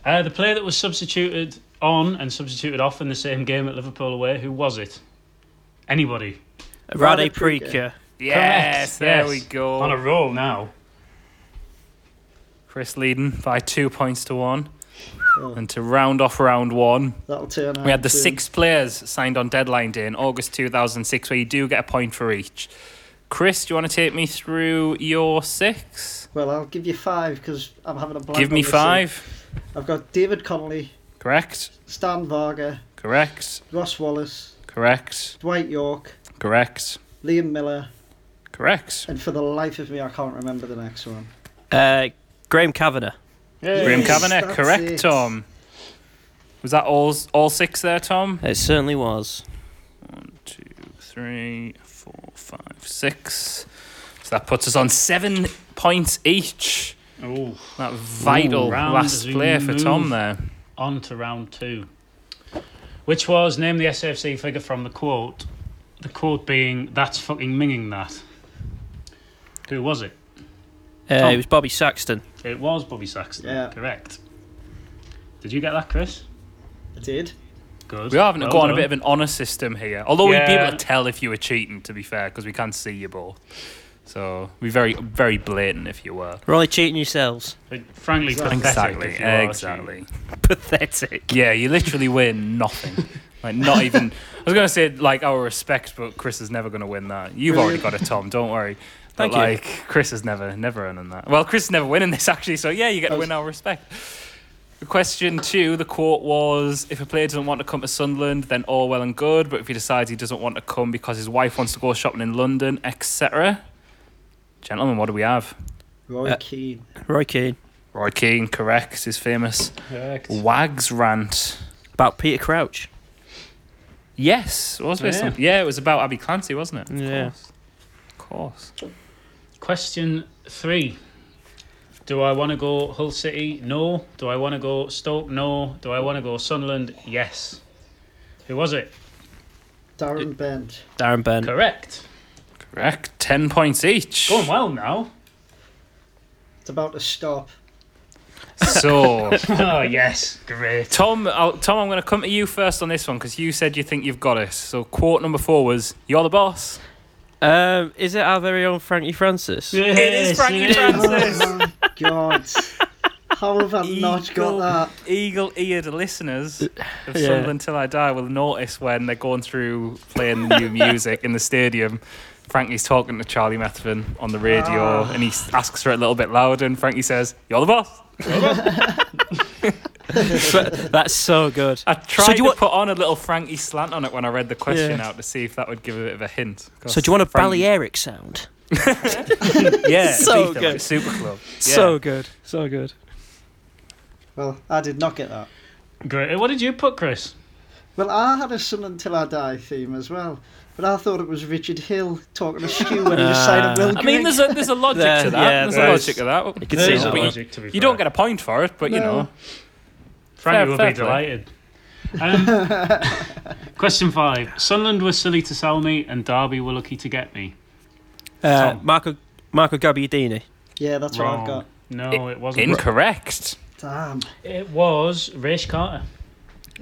[SPEAKER 2] Uh, the player that was substituted on and substituted off in the same game at Liverpool away, who was it? Anybody.
[SPEAKER 3] Rade
[SPEAKER 4] Rade Preka.
[SPEAKER 3] Preka.
[SPEAKER 1] Yes,
[SPEAKER 2] Correct,
[SPEAKER 1] there
[SPEAKER 2] yes.
[SPEAKER 1] we go.
[SPEAKER 2] On a roll now.
[SPEAKER 1] Chris leading by two points to one.
[SPEAKER 4] Oh.
[SPEAKER 1] And to round off round one,
[SPEAKER 4] That'll turn out.
[SPEAKER 1] we had the
[SPEAKER 4] to-
[SPEAKER 1] six players signed on deadline day in August 2006, where you do get a point for each. Chris, do you want to take me through your six?
[SPEAKER 4] Well, I'll give you five because I'm having a blank.
[SPEAKER 1] Give me
[SPEAKER 4] on this one.
[SPEAKER 1] five.
[SPEAKER 4] I've got David Connolly,
[SPEAKER 1] Correct,
[SPEAKER 4] Stan Varga,
[SPEAKER 1] correct,
[SPEAKER 4] Ross Wallace,
[SPEAKER 1] correct,
[SPEAKER 4] Dwight York,
[SPEAKER 1] correct,
[SPEAKER 4] Liam Miller,
[SPEAKER 1] correct.
[SPEAKER 4] and for the life of me, I can't remember the next one.
[SPEAKER 3] Uh, Graham Kavanagh.
[SPEAKER 1] Graham
[SPEAKER 4] Yes,
[SPEAKER 1] Kavanagh,
[SPEAKER 4] that's
[SPEAKER 1] correct,
[SPEAKER 4] it.
[SPEAKER 1] Tom. Was that all, all six there, Tom?
[SPEAKER 3] It certainly was.
[SPEAKER 1] Two, three, four, five, six. So that puts us on seven points each.
[SPEAKER 2] Ooh.
[SPEAKER 1] That vital
[SPEAKER 2] Ooh, round as
[SPEAKER 1] last
[SPEAKER 2] we
[SPEAKER 1] player for
[SPEAKER 2] move.
[SPEAKER 1] Tom there.
[SPEAKER 2] On to round two, which was name the SFC figure from the quote. The quote being, that's fucking minging that. Who was it?
[SPEAKER 3] Uh,
[SPEAKER 2] Tom.
[SPEAKER 3] It was Bobby Saxton.
[SPEAKER 2] It was Bobby Saxton.
[SPEAKER 4] Yeah.
[SPEAKER 2] Correct. Did you get that, Chris?
[SPEAKER 4] I did.
[SPEAKER 2] Good.
[SPEAKER 1] We are having to
[SPEAKER 2] Well
[SPEAKER 1] go on a
[SPEAKER 2] done.
[SPEAKER 1] bit of an honour system here. Although we'd be able
[SPEAKER 2] Yeah.
[SPEAKER 1] to tell if you were cheating, to be fair, because we can't see you both. So we very, very blatant if you were.
[SPEAKER 3] We're only cheating yourselves.
[SPEAKER 2] Like, frankly,
[SPEAKER 4] Exactly.
[SPEAKER 2] pathetic
[SPEAKER 1] Exactly.
[SPEAKER 2] if you are
[SPEAKER 1] Exactly.
[SPEAKER 3] Pathetic.
[SPEAKER 1] Yeah, you literally win nothing. like not even. I was gonna say like our respect, but Chris is never gonna win that. You've already got it, Tom. Don't worry. But
[SPEAKER 3] Thank you.
[SPEAKER 1] like Chris is never, never earning that. Well, Chris is never winning this actually. So yeah, you get to win our respect. Question two, the quote was If a player doesn't want to come to Sunderland, then all well and good, but if he decides he doesn't want to come because his wife wants to go shopping in London, etc. Gentlemen, what do we have?
[SPEAKER 4] Roy
[SPEAKER 3] Uh,
[SPEAKER 4] Keane.
[SPEAKER 3] Roy Keane.
[SPEAKER 1] Roy Keane corrects his famous
[SPEAKER 2] Correct.
[SPEAKER 1] Wags rant.
[SPEAKER 3] About Peter Crouch.
[SPEAKER 1] Yes, it was based
[SPEAKER 2] Yeah.
[SPEAKER 1] on. Yeah, it was about Abby Clancy, wasn't it? Of
[SPEAKER 3] Yeah.
[SPEAKER 1] course. Of course.
[SPEAKER 2] Question three. Do I want to go Hull City? No. Do I want to go Stoke? No. Do I want to go Sunderland? Yes. Who was it?
[SPEAKER 4] Darren Bent.
[SPEAKER 3] Darren Bent.
[SPEAKER 2] Correct.
[SPEAKER 1] Correct. 10 points each.
[SPEAKER 2] Going well now.
[SPEAKER 4] It's about to stop.
[SPEAKER 1] So,
[SPEAKER 2] Oh, yes. Great.
[SPEAKER 1] Tom, I'll, Tom, I'm going to come to you first on this one because you said you think you've got it. So, quote number four was You're the boss.
[SPEAKER 3] Um, is it our very own Frankie Francis?
[SPEAKER 1] It is Frankie Francis.
[SPEAKER 4] Oh my god. How have I not
[SPEAKER 1] Eagle.
[SPEAKER 4] got
[SPEAKER 1] Eagle-eared listeners of
[SPEAKER 3] Yeah.
[SPEAKER 1] Sunderland Till I Die will notice when they're going through playing new music in the stadium. Frankie's talking to Charlie Methven on the radio, and he s- asks for it a little bit louder. And Frankie says, "You're the boss."
[SPEAKER 3] That's so good.
[SPEAKER 1] I tried
[SPEAKER 3] do you
[SPEAKER 1] to
[SPEAKER 3] want-
[SPEAKER 1] put on a little Frankie slant on it when I read the question
[SPEAKER 3] Yeah.
[SPEAKER 1] out to see if that would give a bit of a hint. 'Cause
[SPEAKER 3] So do you want a
[SPEAKER 1] Frankie-
[SPEAKER 3] Balearic sound?
[SPEAKER 1] Yeah,
[SPEAKER 3] So
[SPEAKER 1] Ethan,
[SPEAKER 3] good.
[SPEAKER 1] like Super Club.
[SPEAKER 3] So good. So good.
[SPEAKER 4] that? Well, I did not get that.
[SPEAKER 2] Great. What did you put, Chris?
[SPEAKER 4] Well, I had a Sun Until I Die theme as well, but I thought it was Richard Hill talking to Stu when he was signing Will
[SPEAKER 1] Ah. I mean, there's a there's a logic
[SPEAKER 3] There,
[SPEAKER 1] to that.
[SPEAKER 3] yeah,
[SPEAKER 1] there's
[SPEAKER 3] there
[SPEAKER 1] a
[SPEAKER 3] is.
[SPEAKER 1] logic to that.
[SPEAKER 3] You can
[SPEAKER 1] But
[SPEAKER 3] see
[SPEAKER 1] you-
[SPEAKER 3] that
[SPEAKER 1] but you-
[SPEAKER 3] one.
[SPEAKER 2] to be
[SPEAKER 1] You don't get a point for it, but you
[SPEAKER 4] No.
[SPEAKER 1] know.
[SPEAKER 2] Frankie
[SPEAKER 1] Fair-
[SPEAKER 2] will
[SPEAKER 1] fair
[SPEAKER 2] be
[SPEAKER 1] play.
[SPEAKER 2] delighted. Um, question five. Sunderland were silly to sell me, and Derby were lucky to get me.
[SPEAKER 3] Uh,
[SPEAKER 2] Tom.
[SPEAKER 3] Marco Marco Gabbiadini.
[SPEAKER 4] Yeah, that's what I've
[SPEAKER 2] Wrong.
[SPEAKER 4] got.
[SPEAKER 2] No, it wasn't.
[SPEAKER 1] Incorrect.
[SPEAKER 4] Damn.
[SPEAKER 2] It was Raish Carter.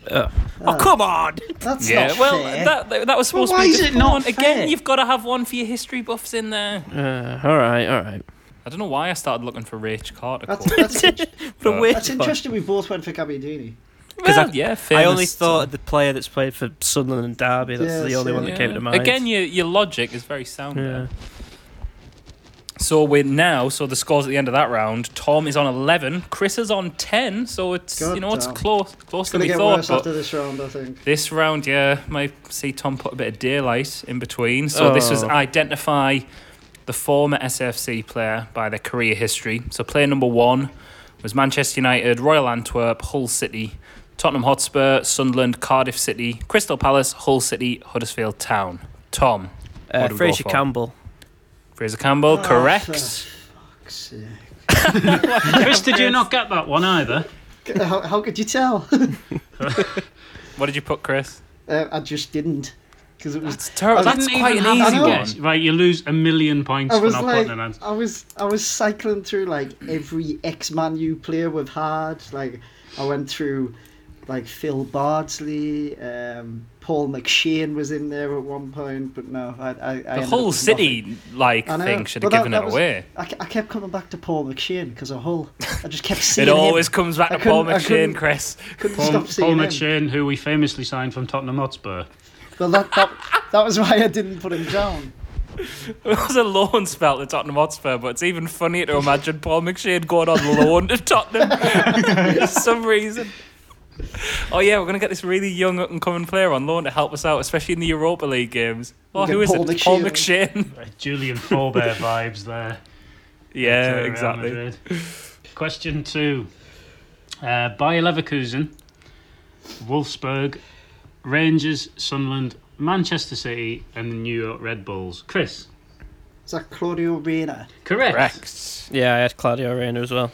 [SPEAKER 3] Oh come on!
[SPEAKER 4] That's
[SPEAKER 1] yeah,
[SPEAKER 4] not
[SPEAKER 1] well,
[SPEAKER 4] fair.
[SPEAKER 1] that that was
[SPEAKER 4] Well,
[SPEAKER 1] supposed to
[SPEAKER 4] why
[SPEAKER 1] be
[SPEAKER 4] is it
[SPEAKER 1] different.
[SPEAKER 4] not fair?
[SPEAKER 1] Again, you've got to have one for your history buffs in there.
[SPEAKER 3] Uh, all right, all right.
[SPEAKER 1] I don't know why I started looking for Rach Carter.
[SPEAKER 4] That's,
[SPEAKER 1] quotes.
[SPEAKER 4] that's, in-
[SPEAKER 3] What a
[SPEAKER 1] Uh,
[SPEAKER 3] weird
[SPEAKER 4] that's
[SPEAKER 3] one.
[SPEAKER 4] interesting we both went for Gabbiadini.
[SPEAKER 1] Well,
[SPEAKER 3] 'Cause I-
[SPEAKER 1] yeah,
[SPEAKER 3] I only
[SPEAKER 1] fairness.
[SPEAKER 3] thought of the player that's played for Sunderland and Derby. That's
[SPEAKER 4] Yeah,
[SPEAKER 3] the only one that
[SPEAKER 1] Yeah.
[SPEAKER 3] came to mind.
[SPEAKER 1] Again, your your logic is very sound.
[SPEAKER 3] yeah.
[SPEAKER 1] There. So we're now. So the scores at the end of that round. Tom is on eleven. Chris is on ten. So it's
[SPEAKER 4] God
[SPEAKER 1] you know it's
[SPEAKER 4] damn.
[SPEAKER 1] close closer than
[SPEAKER 4] Gonna
[SPEAKER 1] we
[SPEAKER 4] get
[SPEAKER 1] thought.
[SPEAKER 4] worse
[SPEAKER 1] But
[SPEAKER 4] after this round, I think.
[SPEAKER 1] This round, yeah, might see Tom put a bit of daylight in between. So this was
[SPEAKER 3] Oh.
[SPEAKER 1] identify the former SFC player by their career history. So player number one was Manchester United, Royal Antwerp, Hull City, Tottenham Hotspur, Sunderland, Cardiff City, Crystal Palace, Hull City, Huddersfield Town. Tom, What
[SPEAKER 3] Uh,
[SPEAKER 1] do we go
[SPEAKER 3] Fraser
[SPEAKER 1] for?
[SPEAKER 3] Campbell.
[SPEAKER 1] Fraser Campbell,
[SPEAKER 4] Oh, for
[SPEAKER 1] correct.
[SPEAKER 4] fuck's sake.
[SPEAKER 2] Chris, did you not get that one either?
[SPEAKER 4] How, how could you tell?
[SPEAKER 1] What did you put, Chris?
[SPEAKER 4] Uh, I just didn't. Because it was
[SPEAKER 1] That's terrible.
[SPEAKER 4] I
[SPEAKER 1] Oh, That's
[SPEAKER 4] didn't
[SPEAKER 1] quite
[SPEAKER 2] even
[SPEAKER 1] an
[SPEAKER 2] have
[SPEAKER 1] easy
[SPEAKER 2] to
[SPEAKER 4] one.
[SPEAKER 2] guess. Right, you lose a million points
[SPEAKER 4] I
[SPEAKER 2] for
[SPEAKER 4] was
[SPEAKER 2] not
[SPEAKER 4] like,
[SPEAKER 2] putting an answer.
[SPEAKER 4] I was, I was cycling through like every X Man U player we've had. Like, I went through like Phil Bardsley, um, Paul McShane was in there at one point, but no, I, I, I
[SPEAKER 1] The
[SPEAKER 4] ended up
[SPEAKER 1] whole
[SPEAKER 4] with nothing.
[SPEAKER 1] city like
[SPEAKER 4] I know.
[SPEAKER 1] thing should have
[SPEAKER 4] Well, that-
[SPEAKER 1] given
[SPEAKER 4] that
[SPEAKER 1] it
[SPEAKER 4] was-
[SPEAKER 1] away.
[SPEAKER 4] I, ke- I kept coming back to Paul McShane because of Hull. I just kept seeing
[SPEAKER 1] It
[SPEAKER 4] him.
[SPEAKER 1] always comes back
[SPEAKER 4] I
[SPEAKER 1] to Paul
[SPEAKER 4] couldn't- I couldn't-
[SPEAKER 1] McShane, Chris.
[SPEAKER 4] couldn't
[SPEAKER 2] Paul,
[SPEAKER 4] stop seeing
[SPEAKER 2] Paul
[SPEAKER 4] him.
[SPEAKER 2] McShane, who we famously signed from Tottenham Hotspur.
[SPEAKER 4] Well, that, that, that was why I didn't put him down.
[SPEAKER 1] It was a loan spell to Tottenham Hotspur, but it's even funnier to imagine Paul McShane going on loan to Tottenham for some reason. Oh yeah, we're gonna get this really young up and coming player on loan to help us out, especially in the Europa League games. Oh,
[SPEAKER 4] We'll get
[SPEAKER 1] who is
[SPEAKER 4] Paul
[SPEAKER 1] it? Paul McShane.
[SPEAKER 2] Right, Julian Forbear vibes there.
[SPEAKER 1] yeah,
[SPEAKER 2] to Real
[SPEAKER 1] exactly.
[SPEAKER 2] Madrid. Question two. Uh, Bayer Leverkusen, Wolfsburg, Rangers, Sunderland, Manchester City, and the New York Red Bulls. Chris,
[SPEAKER 4] Is that Claudio Reyna?
[SPEAKER 2] correct.
[SPEAKER 1] Correct.
[SPEAKER 3] Yeah, I had Claudio Reyna as well.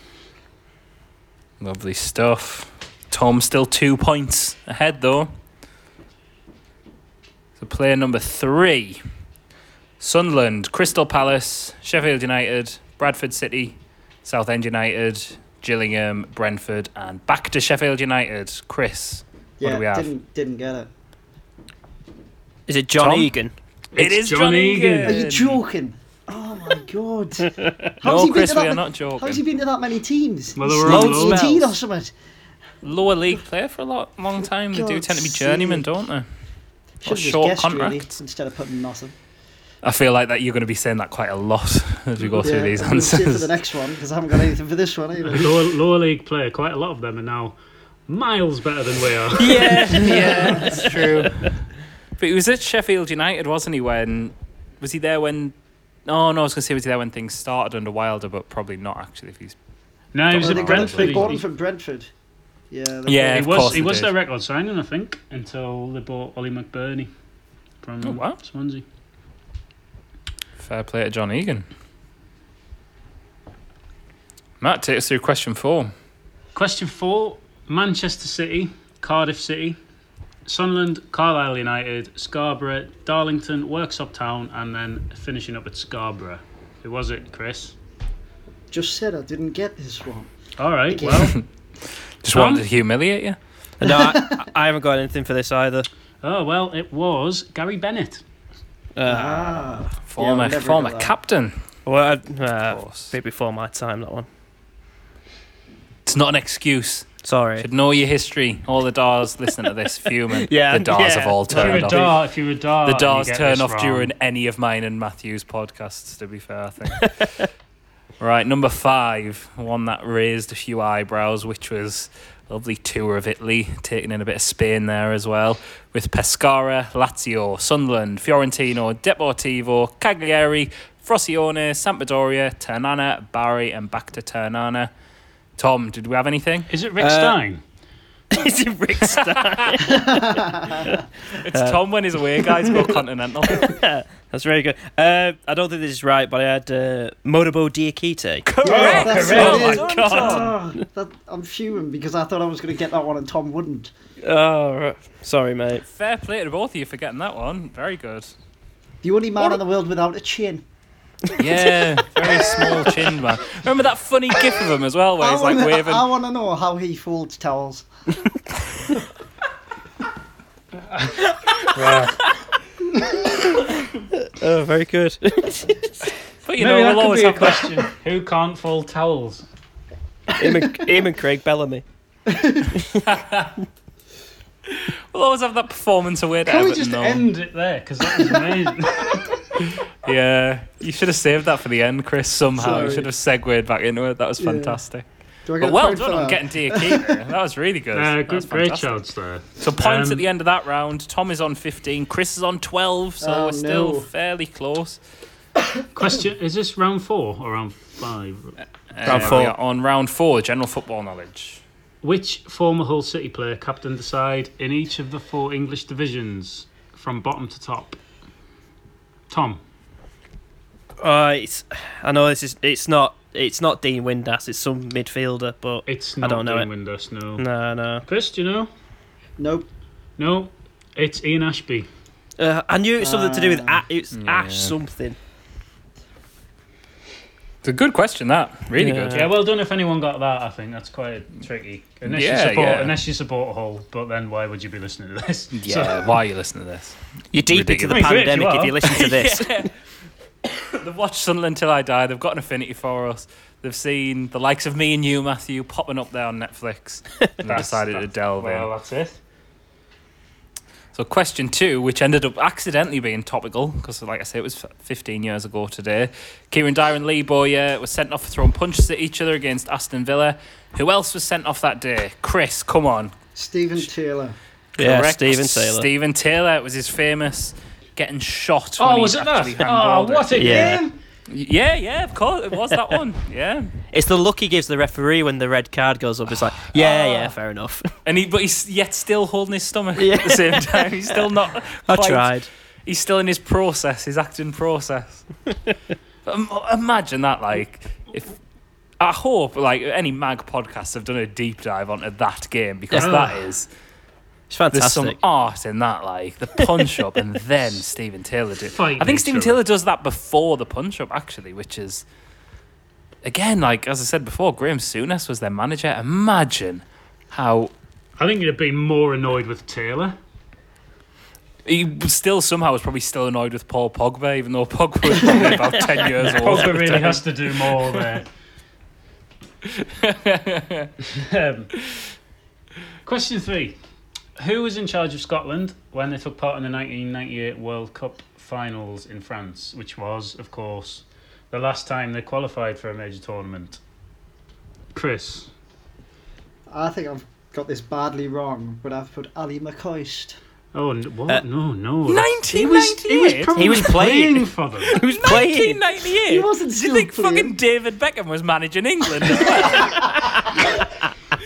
[SPEAKER 1] Lovely stuff. Tom still two points ahead though. So player number three. Sunderland, Crystal Palace, Sheffield United, Bradford City, Southend United, Gillingham, Brentford, and back to Sheffield United. Chris.
[SPEAKER 4] Yeah,
[SPEAKER 1] do we have?
[SPEAKER 4] didn't didn't get it.
[SPEAKER 3] Is it John
[SPEAKER 1] Tom?
[SPEAKER 3] Egan?
[SPEAKER 1] it
[SPEAKER 2] It's
[SPEAKER 1] is
[SPEAKER 2] John
[SPEAKER 1] John
[SPEAKER 2] Egan.
[SPEAKER 1] Egan.
[SPEAKER 4] Are you joking? Oh my god! How's
[SPEAKER 1] No,
[SPEAKER 4] he been
[SPEAKER 1] Chris,
[SPEAKER 4] to that
[SPEAKER 1] we are
[SPEAKER 4] ma-
[SPEAKER 1] not
[SPEAKER 4] How's he
[SPEAKER 1] joking.
[SPEAKER 4] been to that many teams?
[SPEAKER 2] Well,
[SPEAKER 4] He's
[SPEAKER 2] they were on
[SPEAKER 4] still
[SPEAKER 3] loan.
[SPEAKER 4] 18 or something.
[SPEAKER 1] Lower league player for a lot, long time. They do
[SPEAKER 4] God's
[SPEAKER 1] tend to be journeymen,
[SPEAKER 4] sake.
[SPEAKER 1] don't they?
[SPEAKER 4] Should have just
[SPEAKER 1] short
[SPEAKER 4] guessed really
[SPEAKER 1] contracts.
[SPEAKER 4] instead of putting nothing.
[SPEAKER 1] I feel like that you're going to be saying that quite a lot as we go through
[SPEAKER 4] Yeah,
[SPEAKER 1] these
[SPEAKER 4] I'm gonna sit for the
[SPEAKER 1] answers.
[SPEAKER 4] next one because I haven't got anything for this one either.
[SPEAKER 2] Lower, lower league player, quite a lot of them are now miles better than we are.
[SPEAKER 3] Yeah.
[SPEAKER 1] yeah, that's true. But he was at Sheffield United, wasn't he? When was he there? When? No, no, I was going to say was he there when things started under Wilder, but probably not actually. If he's
[SPEAKER 2] No, he was
[SPEAKER 4] Oh,
[SPEAKER 2] at
[SPEAKER 4] they got him-
[SPEAKER 2] Brentford.
[SPEAKER 4] They bought
[SPEAKER 2] He, he,
[SPEAKER 4] him from Brentford. Yeah. they bought
[SPEAKER 1] Yeah,
[SPEAKER 2] he
[SPEAKER 1] of
[SPEAKER 2] was
[SPEAKER 1] course
[SPEAKER 2] he
[SPEAKER 1] they
[SPEAKER 2] was
[SPEAKER 1] did.
[SPEAKER 2] their record signing, I think, until they bought Ollie McBurney from
[SPEAKER 1] Oh, wow.
[SPEAKER 2] Swansea.
[SPEAKER 1] Fair play to John Egan. Matt, take us through question four.
[SPEAKER 2] Question four: Manchester City, Cardiff City, Sunderland, Carlisle United, Scarborough, Darlington, Worksop Town, and then finishing up at Scarborough. Who was it, Chris?
[SPEAKER 4] Just said I didn't get this one.
[SPEAKER 2] All right.
[SPEAKER 4] Okay.
[SPEAKER 2] Well,
[SPEAKER 1] Just
[SPEAKER 2] Tom?
[SPEAKER 1] wanted to humiliate you.
[SPEAKER 3] And no, I, I haven't got anything for this either.
[SPEAKER 2] oh well, it was Gary Bennett.
[SPEAKER 3] Uh,
[SPEAKER 4] Ah.
[SPEAKER 1] Former
[SPEAKER 4] never
[SPEAKER 1] former
[SPEAKER 4] got that.
[SPEAKER 1] captain.
[SPEAKER 3] well, I-
[SPEAKER 1] Of
[SPEAKER 3] uh,
[SPEAKER 1] course.
[SPEAKER 3] bit before my time that one.
[SPEAKER 1] It's not an excuse.
[SPEAKER 3] Sorry.
[SPEAKER 1] Should know your history. All the dars listen to this fuming.
[SPEAKER 3] Yeah,
[SPEAKER 1] the dars
[SPEAKER 3] yeah.
[SPEAKER 1] have all
[SPEAKER 3] If
[SPEAKER 2] If you're
[SPEAKER 1] turned
[SPEAKER 2] a
[SPEAKER 1] off.
[SPEAKER 2] dar, if you're a dar,
[SPEAKER 1] the
[SPEAKER 2] and Oh, you
[SPEAKER 1] dars
[SPEAKER 2] get
[SPEAKER 1] turn
[SPEAKER 2] this
[SPEAKER 1] off
[SPEAKER 2] wrong-
[SPEAKER 1] during any of mine and Matthew's podcasts. To be fair, I think. right, number five, one that raised a few eyebrows, which was a lovely tour of Italy, taking in a bit of Spain there as well, with Pescara, Lazio, Sunderland, Fiorentino, Deportivo, Cagliari, Frosinone, Sampdoria, Ternana, Bari, and back to Ternana. Tom, did we have anything?
[SPEAKER 2] Is it Rick
[SPEAKER 3] Uh,
[SPEAKER 2] Stein?
[SPEAKER 3] Is it Rick Stein?
[SPEAKER 1] It's Tom when he's away, guys. Go continental.
[SPEAKER 3] That's very good. Uh, I don't think this is right, but I had uh, Modibo Diakite.
[SPEAKER 1] Correct.
[SPEAKER 4] Ah, That's
[SPEAKER 1] Oh
[SPEAKER 4] it.
[SPEAKER 1] my god.
[SPEAKER 4] Oh, that, I'm fuming because I thought I was going to get that one and Tom wouldn't.
[SPEAKER 3] Oh, right. sorry, mate.
[SPEAKER 1] Fair play to both of you for getting that one. Very good.
[SPEAKER 4] The only man in the world without a chin.
[SPEAKER 1] Yeah, very small chinned man. Remember that funny gif of him as well, where
[SPEAKER 4] I
[SPEAKER 1] he's like
[SPEAKER 4] wanna-
[SPEAKER 1] waving.
[SPEAKER 4] I want to know how he folds towels.
[SPEAKER 3] Oh, very good.
[SPEAKER 1] But you
[SPEAKER 2] Maybe
[SPEAKER 1] know,
[SPEAKER 2] that
[SPEAKER 1] we'll always
[SPEAKER 2] could be a
[SPEAKER 1] have that.
[SPEAKER 2] question. Who can't fold towels?
[SPEAKER 3] him, and, him and Craig Bellamy.
[SPEAKER 1] We'll always have that performance away to
[SPEAKER 2] Can we
[SPEAKER 1] Everton.
[SPEAKER 2] just
[SPEAKER 1] though.
[SPEAKER 2] end it there? Because that was amazing.
[SPEAKER 1] Yeah, you should have saved that for the end, Chris. Somehow you
[SPEAKER 4] Sorry.
[SPEAKER 1] should have segued back into it. That was
[SPEAKER 4] Yeah.
[SPEAKER 1] fantastic.
[SPEAKER 4] Do I get
[SPEAKER 1] But well
[SPEAKER 4] a point
[SPEAKER 1] done
[SPEAKER 4] for
[SPEAKER 1] on
[SPEAKER 4] that?
[SPEAKER 1] getting to your key. there. That was really good.
[SPEAKER 2] Uh,
[SPEAKER 1] That was
[SPEAKER 2] good, great
[SPEAKER 1] fantastic.
[SPEAKER 2] chance there.
[SPEAKER 1] So points
[SPEAKER 2] Um,
[SPEAKER 1] at the end of that round. Tom is on fifteen. Chris is on twelve. So
[SPEAKER 4] Oh,
[SPEAKER 1] we're still
[SPEAKER 4] no.
[SPEAKER 1] fairly close.
[SPEAKER 2] Question: Is this round four or round five?
[SPEAKER 1] Uh, we
[SPEAKER 3] four.
[SPEAKER 1] are on round four, general football knowledge.
[SPEAKER 2] Which former Hull City player captained the side in each of the four English divisions from bottom to top? Tom.
[SPEAKER 3] Uh, it's, I know this is. It's not. It's not Dean Windass. It's some midfielder, but
[SPEAKER 2] It's
[SPEAKER 3] I
[SPEAKER 2] not
[SPEAKER 3] don't know
[SPEAKER 2] Dean
[SPEAKER 3] it.
[SPEAKER 2] Windass, no.
[SPEAKER 3] no, no.
[SPEAKER 2] Chris, do you know?
[SPEAKER 4] Nope.
[SPEAKER 2] No. It's Ian Ashby.
[SPEAKER 3] Uh, I knew it was something to do with
[SPEAKER 4] Ah.
[SPEAKER 3] a- it's
[SPEAKER 1] Yeah.
[SPEAKER 3] Ash something.
[SPEAKER 1] It's a good question, that. Really
[SPEAKER 3] Yeah.
[SPEAKER 1] good.
[SPEAKER 2] Yeah, well done if anyone got that. I think that's quite tricky. Unless
[SPEAKER 1] Yeah,
[SPEAKER 2] you support,
[SPEAKER 1] yeah.
[SPEAKER 2] unless you support Hull, but then why would you be listening to this? So-
[SPEAKER 1] Yeah, why are you listening to this?
[SPEAKER 3] You're deep into the
[SPEAKER 2] Ridiculous. I mean, if you
[SPEAKER 3] pandemic if
[SPEAKER 2] are.
[SPEAKER 3] you listen to this.
[SPEAKER 1] They've watched Sunderland Till I Die. They've got an affinity for us. They've seen the likes of me and you, Matthew, popping up there on Netflix. And they
[SPEAKER 2] That's-
[SPEAKER 1] decided to
[SPEAKER 2] that's-
[SPEAKER 1] delve
[SPEAKER 2] well, uh,
[SPEAKER 1] in.
[SPEAKER 2] that's it.
[SPEAKER 1] So, question two, which ended up accidentally being topical, because, like I say, it was f- 15 years ago today. Kieran Dyer and Lee Boyer were sent off for throwing punches at each other against Aston Villa. Who else was sent off that day? Chris, come on.
[SPEAKER 4] Stephen Taylor.
[SPEAKER 3] yeah,
[SPEAKER 1] Correct.
[SPEAKER 3] Steven Taylor.
[SPEAKER 1] Stephen Taylor it was his famous getting shot. when
[SPEAKER 2] Oh,
[SPEAKER 1] he
[SPEAKER 2] was it that?
[SPEAKER 1] actually
[SPEAKER 2] Oh,
[SPEAKER 1] handballed it.
[SPEAKER 2] what a
[SPEAKER 3] Yeah.
[SPEAKER 2] game!
[SPEAKER 1] Yeah, yeah, of course it was that one. Yeah,
[SPEAKER 3] It's the look he gives the referee when the red card goes up. It's like, yeah, yeah, fair enough.
[SPEAKER 1] and he but he's yet still holding his stomach
[SPEAKER 3] Yeah.
[SPEAKER 1] at the same time. He's still not.
[SPEAKER 3] I
[SPEAKER 1] quite-
[SPEAKER 3] tried.
[SPEAKER 1] He's still in his process, his acting process. But im- imagine that, like if. I hope, like any mag podcasts, have done a deep dive onto that game because
[SPEAKER 2] Yeah.
[SPEAKER 1] that is
[SPEAKER 3] It's
[SPEAKER 1] there's
[SPEAKER 3] fantastic.
[SPEAKER 1] some art in that, like the punch up and then Stephen Taylor did.
[SPEAKER 2] Fighting
[SPEAKER 1] I think
[SPEAKER 2] each
[SPEAKER 1] Stephen
[SPEAKER 2] other.
[SPEAKER 1] Taylor does that before the punch up, actually, which is again, like as I said before, Graham Souness was their manager. Imagine how
[SPEAKER 2] I think you'd have been more annoyed with Taylor.
[SPEAKER 1] he was still somehow was probably still annoyed with Paul Pogba, even though Pogba was probably about ten years old.
[SPEAKER 2] Pogba really has to do more there. um, question three: Who was in charge of Scotland when they took part in the 1998 World Cup finals in France, which was, of course, the last time they qualified for a major tournament? Chris.
[SPEAKER 4] I think I've got this badly wrong, but I've put Ali McCoist.
[SPEAKER 2] Oh, n- what?
[SPEAKER 3] Uh,
[SPEAKER 2] no, no.
[SPEAKER 1] Nineteen
[SPEAKER 2] He was, he was
[SPEAKER 1] ninety-eight.
[SPEAKER 2] probably
[SPEAKER 3] He was playing.
[SPEAKER 2] playing for them.
[SPEAKER 3] Who's playing?
[SPEAKER 1] 1998.
[SPEAKER 4] He wasn't
[SPEAKER 1] Do you
[SPEAKER 4] still
[SPEAKER 1] think
[SPEAKER 4] playing.
[SPEAKER 1] fucking David Beckham was managing England?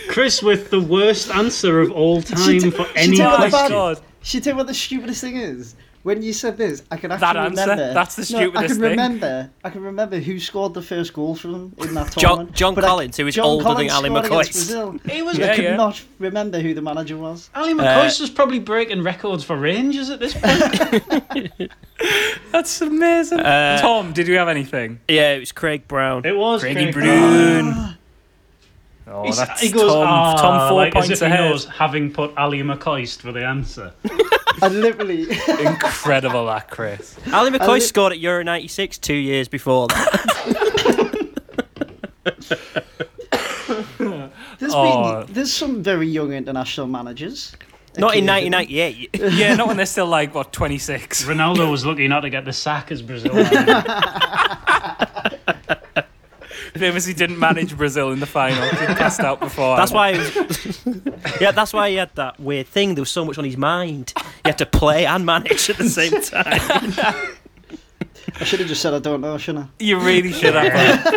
[SPEAKER 2] Chris with the worst answer of all time
[SPEAKER 4] did-
[SPEAKER 2] for
[SPEAKER 4] she
[SPEAKER 2] any
[SPEAKER 4] did
[SPEAKER 1] oh my
[SPEAKER 4] like that.
[SPEAKER 2] question.
[SPEAKER 1] god.
[SPEAKER 4] Should tell you what the stupidest thing is? When you said this, I can actually
[SPEAKER 1] That answer,
[SPEAKER 4] remember.
[SPEAKER 1] that's the
[SPEAKER 4] No, I
[SPEAKER 1] stupidest
[SPEAKER 4] can
[SPEAKER 1] thing.
[SPEAKER 4] remember. I can remember who scored the first goal for them in that
[SPEAKER 3] John-
[SPEAKER 4] tournament.
[SPEAKER 3] John
[SPEAKER 4] but I-
[SPEAKER 3] Collins, who is
[SPEAKER 4] John
[SPEAKER 3] older than
[SPEAKER 4] Collins
[SPEAKER 3] Ali
[SPEAKER 4] scored against
[SPEAKER 3] McCoist.
[SPEAKER 4] Brazil.
[SPEAKER 2] He was.
[SPEAKER 1] Yeah,
[SPEAKER 4] I could
[SPEAKER 1] yeah.
[SPEAKER 4] not remember who the manager was.
[SPEAKER 1] Uh,
[SPEAKER 2] Ali McCoist was probably breaking records for Rangers at this point.
[SPEAKER 1] That's amazing. Tom, did you have anything?
[SPEAKER 3] Yeah, it was Craig Brown.
[SPEAKER 2] It was.
[SPEAKER 1] Craigie
[SPEAKER 2] Craig
[SPEAKER 1] Brune. Oh,
[SPEAKER 2] He's-
[SPEAKER 1] that's
[SPEAKER 2] he goes,
[SPEAKER 1] Tom.
[SPEAKER 2] "Ah,"
[SPEAKER 1] Tom four
[SPEAKER 2] like, as
[SPEAKER 1] points
[SPEAKER 2] if he
[SPEAKER 1] ahead.
[SPEAKER 2] knows, having put Ali McCoist for the answer.
[SPEAKER 4] I literally.
[SPEAKER 1] Incredible that, Chris.
[SPEAKER 3] Ali McCoy
[SPEAKER 4] Ali-
[SPEAKER 3] scored at Euro 96 two years before that.
[SPEAKER 4] There's
[SPEAKER 1] Oh.
[SPEAKER 4] been there's some very young international managers.
[SPEAKER 3] Not in
[SPEAKER 4] Occasionally.
[SPEAKER 3] 1998.
[SPEAKER 1] Yeah, not when they're still like what twenty six.
[SPEAKER 2] Ronaldo was lucky not to get the sack as Brazil. manager.
[SPEAKER 1] Famously didn't manage Brazil in the final. He passed out before.
[SPEAKER 3] That's why. He was... yeah, that's why he had that weird thing. There was so much on his mind. He had to play and manage at the same time.
[SPEAKER 4] I should have just said I don't know, shouldn't I?
[SPEAKER 1] you really should have. To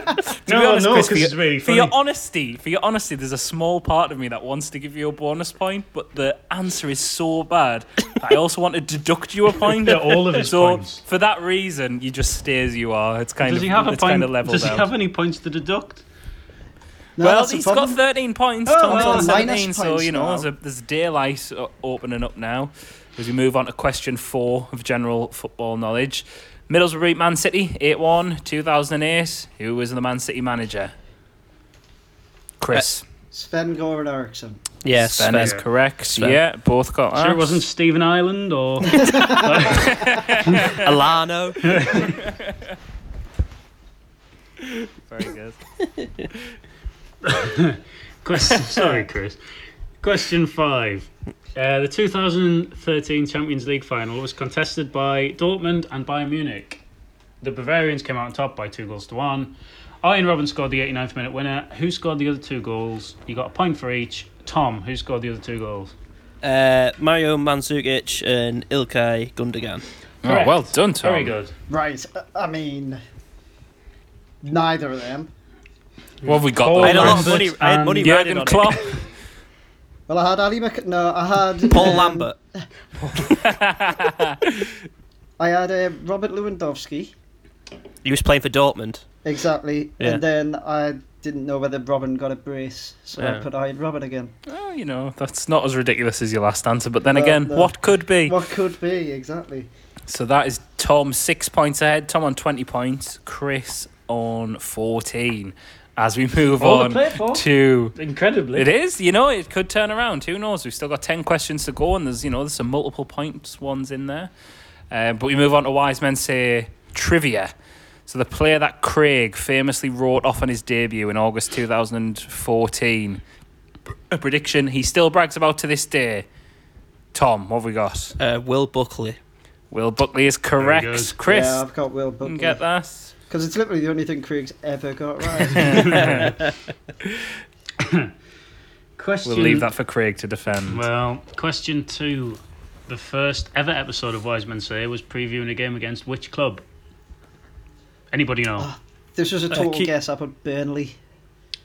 [SPEAKER 1] be
[SPEAKER 2] no,
[SPEAKER 1] honest,
[SPEAKER 2] no,
[SPEAKER 1] Chris,
[SPEAKER 2] because
[SPEAKER 1] for, your,
[SPEAKER 2] it's really
[SPEAKER 1] for
[SPEAKER 2] funny.
[SPEAKER 1] your honesty, for your honesty, there's a small part of me that wants to give you a bonus point, but the answer is so bad that I also want to deduct you a point.
[SPEAKER 2] Yeah, all of his
[SPEAKER 1] so
[SPEAKER 2] points.
[SPEAKER 1] for that reason, you just stay as you are. It's kind
[SPEAKER 2] Does
[SPEAKER 1] of
[SPEAKER 2] he have a
[SPEAKER 1] it's
[SPEAKER 2] point?
[SPEAKER 1] kind of leveled
[SPEAKER 2] Does he
[SPEAKER 1] out.
[SPEAKER 2] have any points to deduct?
[SPEAKER 4] No,
[SPEAKER 1] well,
[SPEAKER 4] that's the
[SPEAKER 1] he's got
[SPEAKER 4] problem.
[SPEAKER 1] 13 points.
[SPEAKER 4] Oh,
[SPEAKER 1] Tom's
[SPEAKER 4] well,
[SPEAKER 1] on
[SPEAKER 4] minus
[SPEAKER 1] 17, so
[SPEAKER 4] points
[SPEAKER 1] you know
[SPEAKER 4] now.
[SPEAKER 1] there's a, there's daylight o- opening up now as we move on to question four of general football knowledge. Middlesbrough beat Man City 8 1 2008. Who was the Man City manager? Chris.
[SPEAKER 4] Sven Goran Eriksson.
[SPEAKER 3] Yes,
[SPEAKER 1] Uh, Sven is
[SPEAKER 2] Sven.
[SPEAKER 1] correct. Yeah, both got
[SPEAKER 2] Sure, it
[SPEAKER 1] that.
[SPEAKER 2] wasn't Stephen Island or
[SPEAKER 3] Alano.
[SPEAKER 1] Very good.
[SPEAKER 2] Question, sorry, Chris. Question five. Uh, the 2013 Champions League final was contested by Dortmund and Bayern Munich. The Bavarians came out on top by two goals to one. Ian Robin scored the 89th minute winner. Who scored the other two goals? You got a point for each. Tom, who scored the other two goals?
[SPEAKER 3] Uh, Mario Mandzukic and Ilkay Gundogan.
[SPEAKER 1] Oh, well done, Tom.
[SPEAKER 2] Very good.
[SPEAKER 4] Right. uh, I mean, neither of them.
[SPEAKER 1] What have we got?
[SPEAKER 2] Paul
[SPEAKER 1] though,
[SPEAKER 3] I had a lot of
[SPEAKER 1] Chris?
[SPEAKER 3] money. I had money riding
[SPEAKER 1] Jurgen
[SPEAKER 3] on
[SPEAKER 1] Klopp.
[SPEAKER 3] it.
[SPEAKER 4] Well, I had Ali Mc. No, I had
[SPEAKER 3] Paul
[SPEAKER 4] um,
[SPEAKER 3] Lambert.
[SPEAKER 4] I had um, Robert Lewandowski.
[SPEAKER 3] He was playing for Dortmund.
[SPEAKER 4] Exactly.
[SPEAKER 3] Yeah.
[SPEAKER 4] And then I didn't know whether Robin got a brace, so I
[SPEAKER 3] Yeah.
[SPEAKER 4] put Ian Robin again.
[SPEAKER 1] Oh, you know, that's not as ridiculous as your last answer, but then
[SPEAKER 4] No,
[SPEAKER 1] again,
[SPEAKER 4] no.
[SPEAKER 1] what could be?
[SPEAKER 4] What could be exactly?
[SPEAKER 1] So that is Tom six points ahead, Tom on 20 points, Chris on 14. As we move
[SPEAKER 2] All to play for.
[SPEAKER 1] on to.
[SPEAKER 2] Incredibly.
[SPEAKER 1] It is, you know, it could turn around. Who knows? We've still got 10 questions to go, and there's, you know, there's some multiple points ones in there. Um, but we move on to Wise Men Say Trivia. So the player that Craig famously wrote off on his debut in August 2014, a prediction he still brags about to this day. Tom, what have we got?
[SPEAKER 3] Uh, Will Buckley.
[SPEAKER 1] Will Buckley is
[SPEAKER 2] Very
[SPEAKER 1] correct.
[SPEAKER 2] good.
[SPEAKER 1] Chris,
[SPEAKER 4] Yeah, I've got Will
[SPEAKER 1] didn't
[SPEAKER 4] Buckley
[SPEAKER 1] get that.
[SPEAKER 4] because it's literally the only thing Craig's ever got right.
[SPEAKER 2] Question
[SPEAKER 1] We'll leave that for Craig to defend.
[SPEAKER 2] Well, question two. The first ever episode of Wise Men Say was previewing a game against which club? Anybody know?
[SPEAKER 4] this was a total
[SPEAKER 3] keep-
[SPEAKER 4] guess. I put Burnley.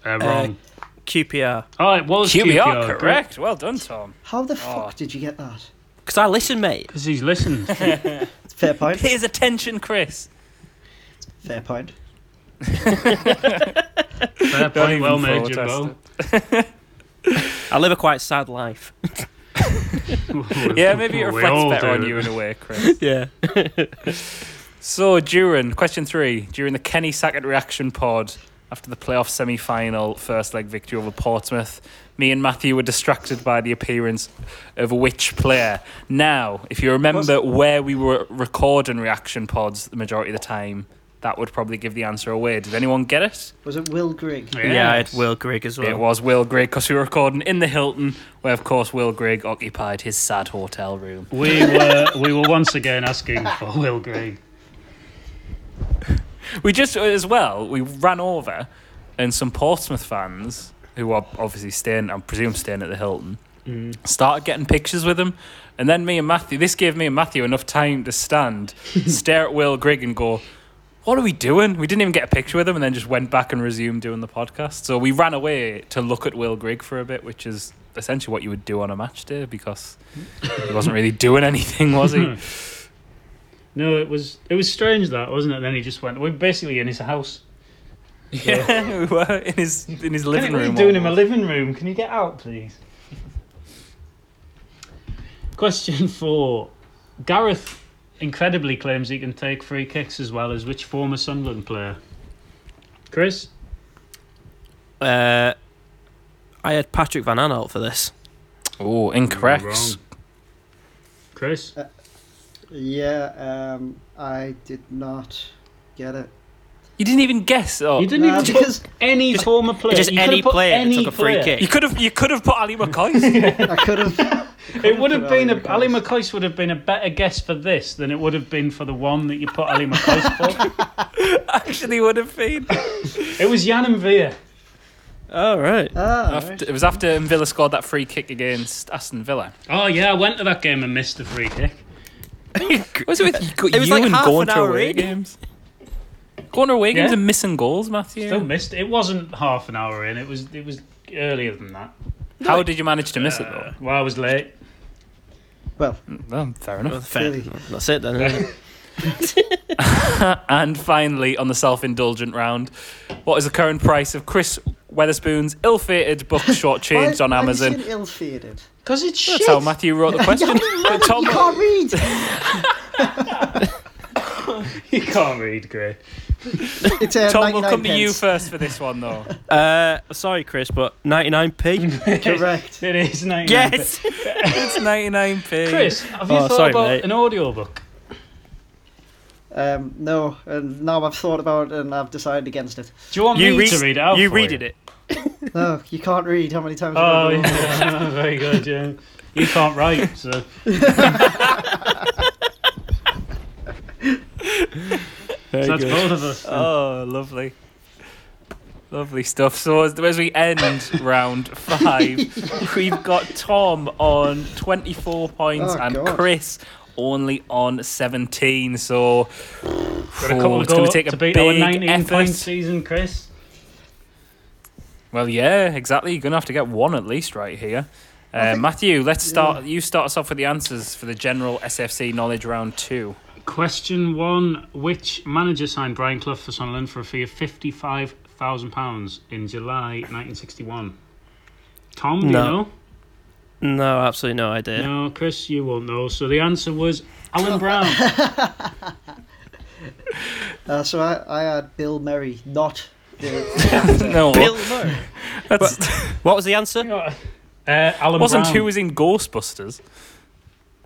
[SPEAKER 2] Uh, wrong.
[SPEAKER 3] QPR.
[SPEAKER 2] oh, it was
[SPEAKER 1] QBR,
[SPEAKER 2] QPR.
[SPEAKER 1] correct. Well done, Tom.
[SPEAKER 4] How the
[SPEAKER 1] Oh.
[SPEAKER 4] fuck did you get that?
[SPEAKER 3] Because I listen, mate.
[SPEAKER 2] Because he's listened.
[SPEAKER 4] Fair point.
[SPEAKER 1] Here's attention, Chris.
[SPEAKER 4] Fair point.
[SPEAKER 2] Fair point,
[SPEAKER 1] even
[SPEAKER 2] well made,
[SPEAKER 1] thought
[SPEAKER 2] Jimbo.
[SPEAKER 3] I live a quite sad life.
[SPEAKER 1] Yeah, maybe it
[SPEAKER 2] We
[SPEAKER 1] reflects
[SPEAKER 2] all
[SPEAKER 1] better
[SPEAKER 2] do.
[SPEAKER 1] on you in a way, Chris.
[SPEAKER 3] yeah.
[SPEAKER 1] so, during question three, during the Kenny Sackett reaction pod after the playoff semi final first leg victory over Portsmouth, me and Matthew were distracted by the appearance of which player. Now, if you remember where we were recording reaction pods the majority of the time, that would probably give the answer away. Did anyone get it?
[SPEAKER 4] Was it Will Grigg?
[SPEAKER 3] Yeah, I had
[SPEAKER 2] Yes.
[SPEAKER 3] Will Grigg as well.
[SPEAKER 1] It was Will Grigg because we were recording in the Hilton, where of course Will Grigg occupied his sad hotel room.
[SPEAKER 2] We were we were once again asking for Will Green.
[SPEAKER 1] We just as well we ran over, and some Portsmouth fans who are obviously staying, I presume staying at the Hilton,
[SPEAKER 2] Mm.
[SPEAKER 1] started getting pictures with him. And then me and Matthew, this gave me and Matthew enough time to stand, stare at Will Grigg and go, What are we doing? We didn't even get a picture with him and then just went back and resumed doing the podcast. So we ran away to look at Will Grigg for a bit, which is essentially what you would do on a match day because he wasn't really doing anything, was he?
[SPEAKER 2] No, it was it was strange that wasn't it? Then he just went. We're basically in his house.
[SPEAKER 1] Yeah, we were in his in his
[SPEAKER 2] Can
[SPEAKER 1] living
[SPEAKER 2] you- we're
[SPEAKER 1] room.
[SPEAKER 2] doing
[SPEAKER 1] almost.
[SPEAKER 2] him a living room. Can you get out, please? Question four: Gareth incredibly claims he can take free kicks as well as which former Sunderland player? Chris,
[SPEAKER 3] Uh, I had Patrick Van Aanholt for this.
[SPEAKER 1] Oh, incorrect.
[SPEAKER 2] Wrong. Chris,
[SPEAKER 4] Yeah, um, I did not get it.
[SPEAKER 1] You didn't even guess. Oh,
[SPEAKER 2] you
[SPEAKER 1] you,
[SPEAKER 2] didn't
[SPEAKER 4] Nah,
[SPEAKER 2] even put
[SPEAKER 4] because
[SPEAKER 2] any
[SPEAKER 3] Just-
[SPEAKER 2] former player.
[SPEAKER 3] Just
[SPEAKER 2] You could've
[SPEAKER 3] any
[SPEAKER 2] put
[SPEAKER 3] player that
[SPEAKER 2] any
[SPEAKER 3] took a free
[SPEAKER 2] player.
[SPEAKER 3] kick.
[SPEAKER 1] could have you could have put Ali McCoy.
[SPEAKER 4] I could have.
[SPEAKER 2] It would have
[SPEAKER 4] put
[SPEAKER 2] been
[SPEAKER 4] Ali
[SPEAKER 2] a, Ali
[SPEAKER 4] McCoy's.
[SPEAKER 2] McCoy's would have been a better guess for this than it would have been for the one that you put Ali McCoy's for.
[SPEAKER 1] Actually, would have been.
[SPEAKER 2] It was Jan and Veer.
[SPEAKER 3] All right.
[SPEAKER 4] Ah,
[SPEAKER 1] After, it was after Villa scored that free kick against Aston Villa.
[SPEAKER 2] Oh yeah, I went to that game and missed the free kick.
[SPEAKER 1] Was it with you,
[SPEAKER 3] was
[SPEAKER 1] you
[SPEAKER 3] like
[SPEAKER 1] and
[SPEAKER 3] half
[SPEAKER 1] going
[SPEAKER 3] an
[SPEAKER 1] to
[SPEAKER 3] hour
[SPEAKER 1] away
[SPEAKER 3] in.
[SPEAKER 1] games? Going to away games
[SPEAKER 2] Yeah.
[SPEAKER 1] and missing goals, Matthew.
[SPEAKER 2] Still missed. It wasn't half an hour in. It was it was earlier than that.
[SPEAKER 1] How did you manage to miss it
[SPEAKER 2] Uh,
[SPEAKER 1] though?
[SPEAKER 2] well, I was late.
[SPEAKER 4] well,
[SPEAKER 1] Well, fair
[SPEAKER 3] Well,
[SPEAKER 1] enough.
[SPEAKER 3] fair.
[SPEAKER 4] Really?
[SPEAKER 3] That's it then. isn't it?
[SPEAKER 1] And finally, on the self-indulgent round, what is the current price of Chris Weatherspoon's ill-fated book shortchanged
[SPEAKER 4] why-
[SPEAKER 1] on
[SPEAKER 4] why is
[SPEAKER 1] Amazon?
[SPEAKER 4] it ill-fated.
[SPEAKER 2] Cause it's shit.
[SPEAKER 1] That's how Matthew wrote the question. But Tom,
[SPEAKER 4] You can't read.
[SPEAKER 2] you can't read, Gray.
[SPEAKER 4] It's uh,
[SPEAKER 1] Tom, we'll
[SPEAKER 4] 99
[SPEAKER 1] come to you
[SPEAKER 4] pence.
[SPEAKER 1] first for this one though.
[SPEAKER 3] uh, sorry, Chris, but 99p.
[SPEAKER 4] Correct.
[SPEAKER 2] It is ninety.
[SPEAKER 3] yes.
[SPEAKER 1] it's 99p.
[SPEAKER 2] Chris, have you
[SPEAKER 3] Oh,
[SPEAKER 2] thought
[SPEAKER 3] sorry,
[SPEAKER 2] about
[SPEAKER 3] mate.
[SPEAKER 2] an audiobook?
[SPEAKER 4] Um, no, and now I've thought about it and I've decided against it.
[SPEAKER 2] Do you want
[SPEAKER 3] You
[SPEAKER 2] me
[SPEAKER 3] read,
[SPEAKER 2] to read it out?
[SPEAKER 3] you
[SPEAKER 2] for
[SPEAKER 3] read it.
[SPEAKER 4] No, you can't read. How many times? have I
[SPEAKER 2] Oh,
[SPEAKER 4] been-
[SPEAKER 2] yeah. very good. Yeah, you can't write, so that's both of us.
[SPEAKER 1] Oh, lovely. Lovely stuff. So as, as we end round five, we've got Tom on 24 points
[SPEAKER 4] Oh,
[SPEAKER 1] and
[SPEAKER 4] God.
[SPEAKER 1] Chris only on 17. So
[SPEAKER 2] Got a couple
[SPEAKER 1] oh,
[SPEAKER 2] to
[SPEAKER 1] it's
[SPEAKER 2] go
[SPEAKER 1] going to take
[SPEAKER 2] to
[SPEAKER 1] a
[SPEAKER 2] beat
[SPEAKER 1] big
[SPEAKER 2] our 19 point
[SPEAKER 1] effort.
[SPEAKER 2] season, Chris.
[SPEAKER 1] Well, yeah, exactly. You're going to have to get one at least right here. Uh, Matthew, let's start. You start us off with the answers for the general SFC knowledge round two.
[SPEAKER 2] Question one: Which manager signed Brian Clough for Sunderland for a fee of fifty-five thousand pounds in July nineteen sixty-one? Tom, do
[SPEAKER 3] No.
[SPEAKER 2] you
[SPEAKER 3] No, absolutely no idea.
[SPEAKER 2] know? No, Chris, you won't know. So the answer was Alan Brown.
[SPEAKER 4] Uh, so I, I had Bill Murray, not
[SPEAKER 1] No,
[SPEAKER 3] Bill Murray.
[SPEAKER 1] that's,
[SPEAKER 3] What was the answer?
[SPEAKER 2] uh, Alan
[SPEAKER 1] wasn't
[SPEAKER 2] Brown.
[SPEAKER 1] who was in Ghostbusters.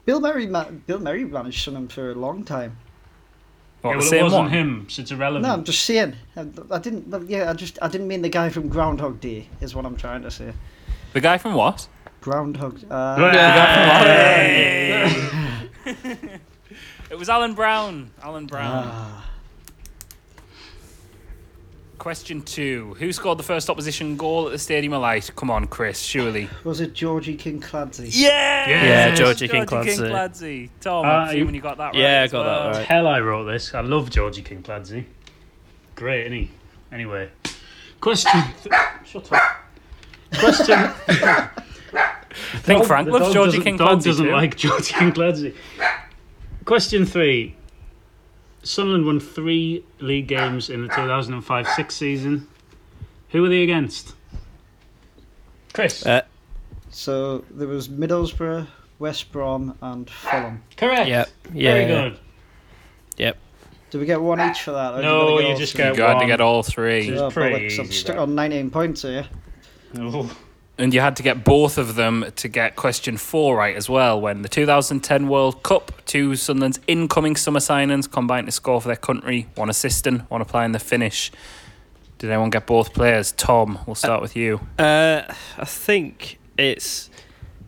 [SPEAKER 4] Bill Murray. Ma- Bill Murray managed Sunham for a long time.
[SPEAKER 1] What,
[SPEAKER 2] Yeah,
[SPEAKER 1] the
[SPEAKER 2] well,
[SPEAKER 1] same
[SPEAKER 2] it wasn't
[SPEAKER 1] one?
[SPEAKER 2] him, so it's irrelevant.
[SPEAKER 4] No, I'm just saying. I, I didn't. Well, yeah, I just I didn't mean the guy from Groundhog Day. Is what I'm trying to say.
[SPEAKER 1] The guy from what?
[SPEAKER 4] Groundhog.
[SPEAKER 2] Right.
[SPEAKER 4] Uh,
[SPEAKER 2] The guy from Alan Brown.
[SPEAKER 1] it was Alan Brown. Alan Brown.
[SPEAKER 4] ah,
[SPEAKER 1] Question two: Who scored the first opposition goal at the Stadium of Light? Come on, Chris. Surely.
[SPEAKER 4] was it Georgie King Clancy?
[SPEAKER 1] Yeah.
[SPEAKER 2] Yeah,
[SPEAKER 3] Georgie King Clancy.
[SPEAKER 1] Clancy. Tom,
[SPEAKER 2] Uh,
[SPEAKER 1] I'm assuming you got that right.
[SPEAKER 3] yeah, I
[SPEAKER 1] as
[SPEAKER 3] got that
[SPEAKER 1] well.
[SPEAKER 3] right.
[SPEAKER 2] Hell, I wrote this. I love Georgie King Clancy. Great, isn't he? Anyway, question. Th- Shut up. Question.
[SPEAKER 1] I think Frank
[SPEAKER 2] The
[SPEAKER 1] loves
[SPEAKER 2] dog
[SPEAKER 1] Georgie
[SPEAKER 2] doesn't-
[SPEAKER 1] King
[SPEAKER 2] dog
[SPEAKER 1] Clancy
[SPEAKER 2] doesn't
[SPEAKER 1] too.
[SPEAKER 2] like Georgie King Clancy. Question three. Sunderland won three league games in the 2005-6 season. Who were they against? Chris.
[SPEAKER 3] Uh,
[SPEAKER 4] So there was Middlesbrough, West Brom, and Fulham.
[SPEAKER 2] Correct.
[SPEAKER 3] Yep. Yeah.
[SPEAKER 2] Very good.
[SPEAKER 3] Yep.
[SPEAKER 4] Do we get one each for that? or do
[SPEAKER 2] No,
[SPEAKER 4] we get
[SPEAKER 2] you
[SPEAKER 4] all
[SPEAKER 2] just
[SPEAKER 4] three?
[SPEAKER 1] You
[SPEAKER 2] get
[SPEAKER 1] had to
[SPEAKER 2] one.
[SPEAKER 1] get all three,
[SPEAKER 2] It's
[SPEAKER 4] Oh,
[SPEAKER 2] pretty
[SPEAKER 4] bollocks, I'm
[SPEAKER 2] easy,
[SPEAKER 4] stuck
[SPEAKER 2] that.
[SPEAKER 4] on 19 points here.
[SPEAKER 2] Oh.
[SPEAKER 1] and you had to get both of them to get question four right as well. When the 2010 World Cup, two Sunderland's incoming summer signings combined to score for their country, one assisting, one applying the finish. Did anyone get both players? Tom, we'll start with you.
[SPEAKER 3] Uh, I think it's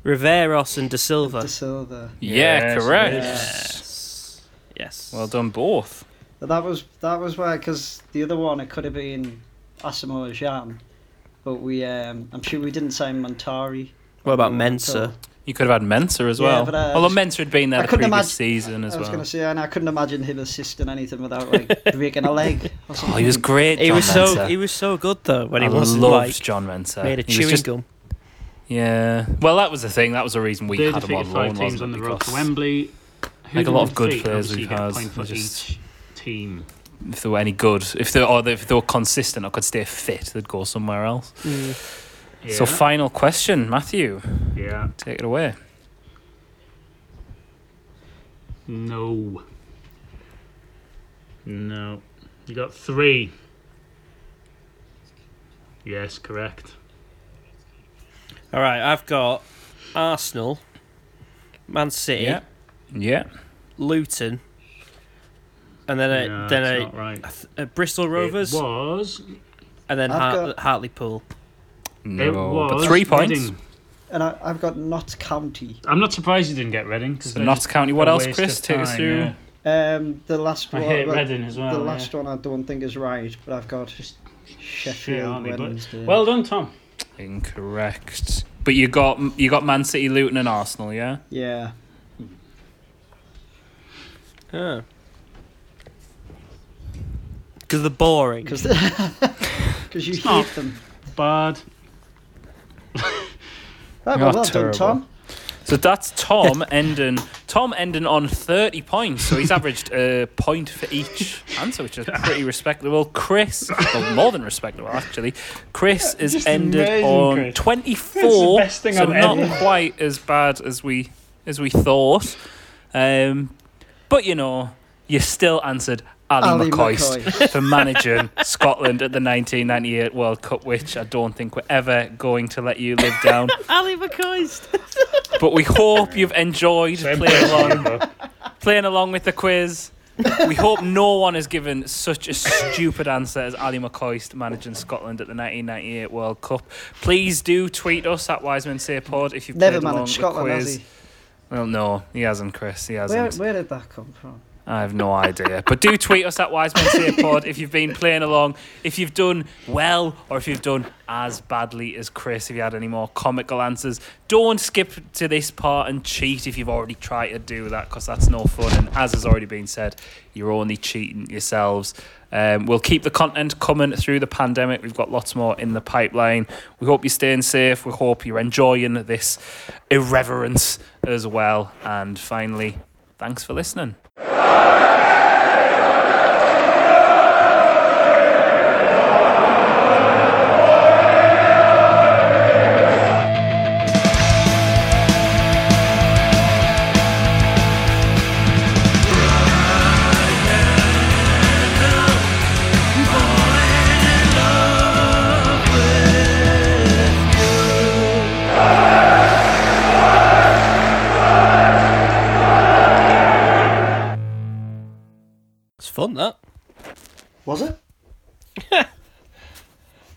[SPEAKER 3] Riveros and De Silva.
[SPEAKER 4] De Silva.
[SPEAKER 1] Yeah,
[SPEAKER 2] Yes,
[SPEAKER 1] correct.
[SPEAKER 2] it
[SPEAKER 3] Yes. Yes.
[SPEAKER 1] Well done, both.
[SPEAKER 4] But That was that was why, because the other one it could have been Asamoah Gyan, but we um, I'm sure we didn't sign Montari.
[SPEAKER 3] What about
[SPEAKER 4] Oh,
[SPEAKER 3] Mensa?
[SPEAKER 1] You could have had Mensa as
[SPEAKER 4] Yeah,
[SPEAKER 1] well.
[SPEAKER 4] but, uh,
[SPEAKER 1] Although Mensa had been there
[SPEAKER 4] I
[SPEAKER 1] the previous
[SPEAKER 4] couldn't imagine-
[SPEAKER 1] season as
[SPEAKER 4] I was
[SPEAKER 1] well.
[SPEAKER 4] going to say, and I couldn't imagine him assisting anything without like breaking a leg or
[SPEAKER 1] Oh,
[SPEAKER 4] something.
[SPEAKER 1] he was great.
[SPEAKER 3] He
[SPEAKER 1] John
[SPEAKER 3] was
[SPEAKER 1] Mensa.
[SPEAKER 3] so he was so good though when
[SPEAKER 1] I
[SPEAKER 3] he wasn't
[SPEAKER 1] loved
[SPEAKER 3] like
[SPEAKER 1] John Mensa.
[SPEAKER 3] made of
[SPEAKER 1] He was
[SPEAKER 3] chewing
[SPEAKER 1] just-
[SPEAKER 3] gum.
[SPEAKER 1] yeah. Well, that was the thing. That was the reason we
[SPEAKER 2] they
[SPEAKER 1] had him on
[SPEAKER 2] defeated five
[SPEAKER 1] loan,
[SPEAKER 2] teams
[SPEAKER 1] wasn't
[SPEAKER 2] on the
[SPEAKER 1] it?
[SPEAKER 2] road to
[SPEAKER 1] Because
[SPEAKER 2] Wembley. Who
[SPEAKER 1] Like a
[SPEAKER 2] did
[SPEAKER 1] lot
[SPEAKER 2] they
[SPEAKER 1] of good
[SPEAKER 2] defeat?
[SPEAKER 1] players
[SPEAKER 2] Obviously,
[SPEAKER 1] we've
[SPEAKER 2] you get a
[SPEAKER 1] had,
[SPEAKER 2] point for
[SPEAKER 1] they just-
[SPEAKER 2] each team.
[SPEAKER 1] if they were any good, if they or if they were consistent or could stay fit, they'd go somewhere else.
[SPEAKER 3] Mm.
[SPEAKER 2] Yeah.
[SPEAKER 1] So, final question, Matthew,
[SPEAKER 2] yeah.
[SPEAKER 1] take it away.
[SPEAKER 2] No. No. You got three. Yes, correct.
[SPEAKER 3] All right, I've got Arsenal, Man City,
[SPEAKER 1] Yeah. Yeah.
[SPEAKER 3] Luton, and then a,
[SPEAKER 2] No,
[SPEAKER 3] then
[SPEAKER 2] it's
[SPEAKER 3] a,
[SPEAKER 2] not right.
[SPEAKER 3] a th- a Bristol Rovers,
[SPEAKER 2] It was.
[SPEAKER 3] and then
[SPEAKER 4] I've
[SPEAKER 3] Hart- Hartlepool.
[SPEAKER 2] It
[SPEAKER 1] No,
[SPEAKER 2] was.
[SPEAKER 1] but three points.
[SPEAKER 2] Reading.
[SPEAKER 4] And I, I've got Notts County.
[SPEAKER 2] I'm not surprised you didn't get Reading. 'cause
[SPEAKER 1] So,
[SPEAKER 2] they're
[SPEAKER 1] Notts
[SPEAKER 2] just
[SPEAKER 1] County. What
[SPEAKER 2] a
[SPEAKER 1] else,
[SPEAKER 2] waste
[SPEAKER 1] Chris?
[SPEAKER 2] of
[SPEAKER 1] Take us
[SPEAKER 2] time,
[SPEAKER 1] through.
[SPEAKER 2] yeah.
[SPEAKER 4] Um, the last
[SPEAKER 2] I
[SPEAKER 4] one.
[SPEAKER 2] hate
[SPEAKER 4] well,
[SPEAKER 2] Reading as well.
[SPEAKER 4] the
[SPEAKER 2] Oh, yeah.
[SPEAKER 4] last one I don't think is right, but I've got
[SPEAKER 2] Just Shit,
[SPEAKER 4] Sheffield
[SPEAKER 2] aren't they, but-
[SPEAKER 4] Wednesday.
[SPEAKER 2] Well done, Tom.
[SPEAKER 1] Incorrect. But you got you got Man City, Luton, and Arsenal. Yeah.
[SPEAKER 4] yeah,
[SPEAKER 3] Because they're boring.
[SPEAKER 4] because you hate
[SPEAKER 2] not-
[SPEAKER 4] them.
[SPEAKER 2] Bad.
[SPEAKER 4] Right,
[SPEAKER 1] You're
[SPEAKER 4] well, well done,
[SPEAKER 1] terrible.
[SPEAKER 4] Tom.
[SPEAKER 1] So that's Tom ending Tom ending on thirty points. So he's averaged a point for each answer, which is pretty respectable. Chris, well, more than respectable actually. Chris is
[SPEAKER 2] just
[SPEAKER 1] ended
[SPEAKER 2] amazing,
[SPEAKER 1] on
[SPEAKER 2] Chris.
[SPEAKER 1] twenty
[SPEAKER 2] That's the
[SPEAKER 1] four.
[SPEAKER 2] best thing
[SPEAKER 1] So
[SPEAKER 2] I've
[SPEAKER 1] not
[SPEAKER 2] ever-
[SPEAKER 1] quite as bad as we as we thought. Um, but you know, you still answered. Ali,
[SPEAKER 4] Ali
[SPEAKER 1] McCoist, for managing Scotland at the 1998 World Cup, which I don't think we're ever going to let you live down.
[SPEAKER 3] Ali McCoist.
[SPEAKER 1] But we hope you've enjoyed
[SPEAKER 2] Same
[SPEAKER 1] playing
[SPEAKER 2] person,
[SPEAKER 1] along,
[SPEAKER 2] but
[SPEAKER 1] playing along with the quiz. We hope no one has given such a stupid answer as Ali McCoist managing Scotland at the 1998 World Cup. Please do tweet us at Wiseman Say Pod if you've
[SPEAKER 4] Never
[SPEAKER 1] played along
[SPEAKER 4] managed Scotland,
[SPEAKER 1] the quiz.
[SPEAKER 4] has he?
[SPEAKER 1] Well, no, he hasn't, Chris. He hasn't.
[SPEAKER 4] Where, where did that come from?
[SPEAKER 1] I have no idea. But do tweet us at Wiseman Say Pod if you've been playing along, if you've done well, or if you've done as badly as Chris, if you had any more comical answers. Don't skip to this part and cheat if you've already tried to do that, because that's no fun. And as has already been said, you're only cheating yourselves. Um, we'll keep the content coming through the pandemic. We've got lots more in the pipeline. We hope you're staying safe. We hope you're enjoying this irreverence as well. And finally, thanks for listening.
[SPEAKER 3] It's fun that.
[SPEAKER 4] Was it?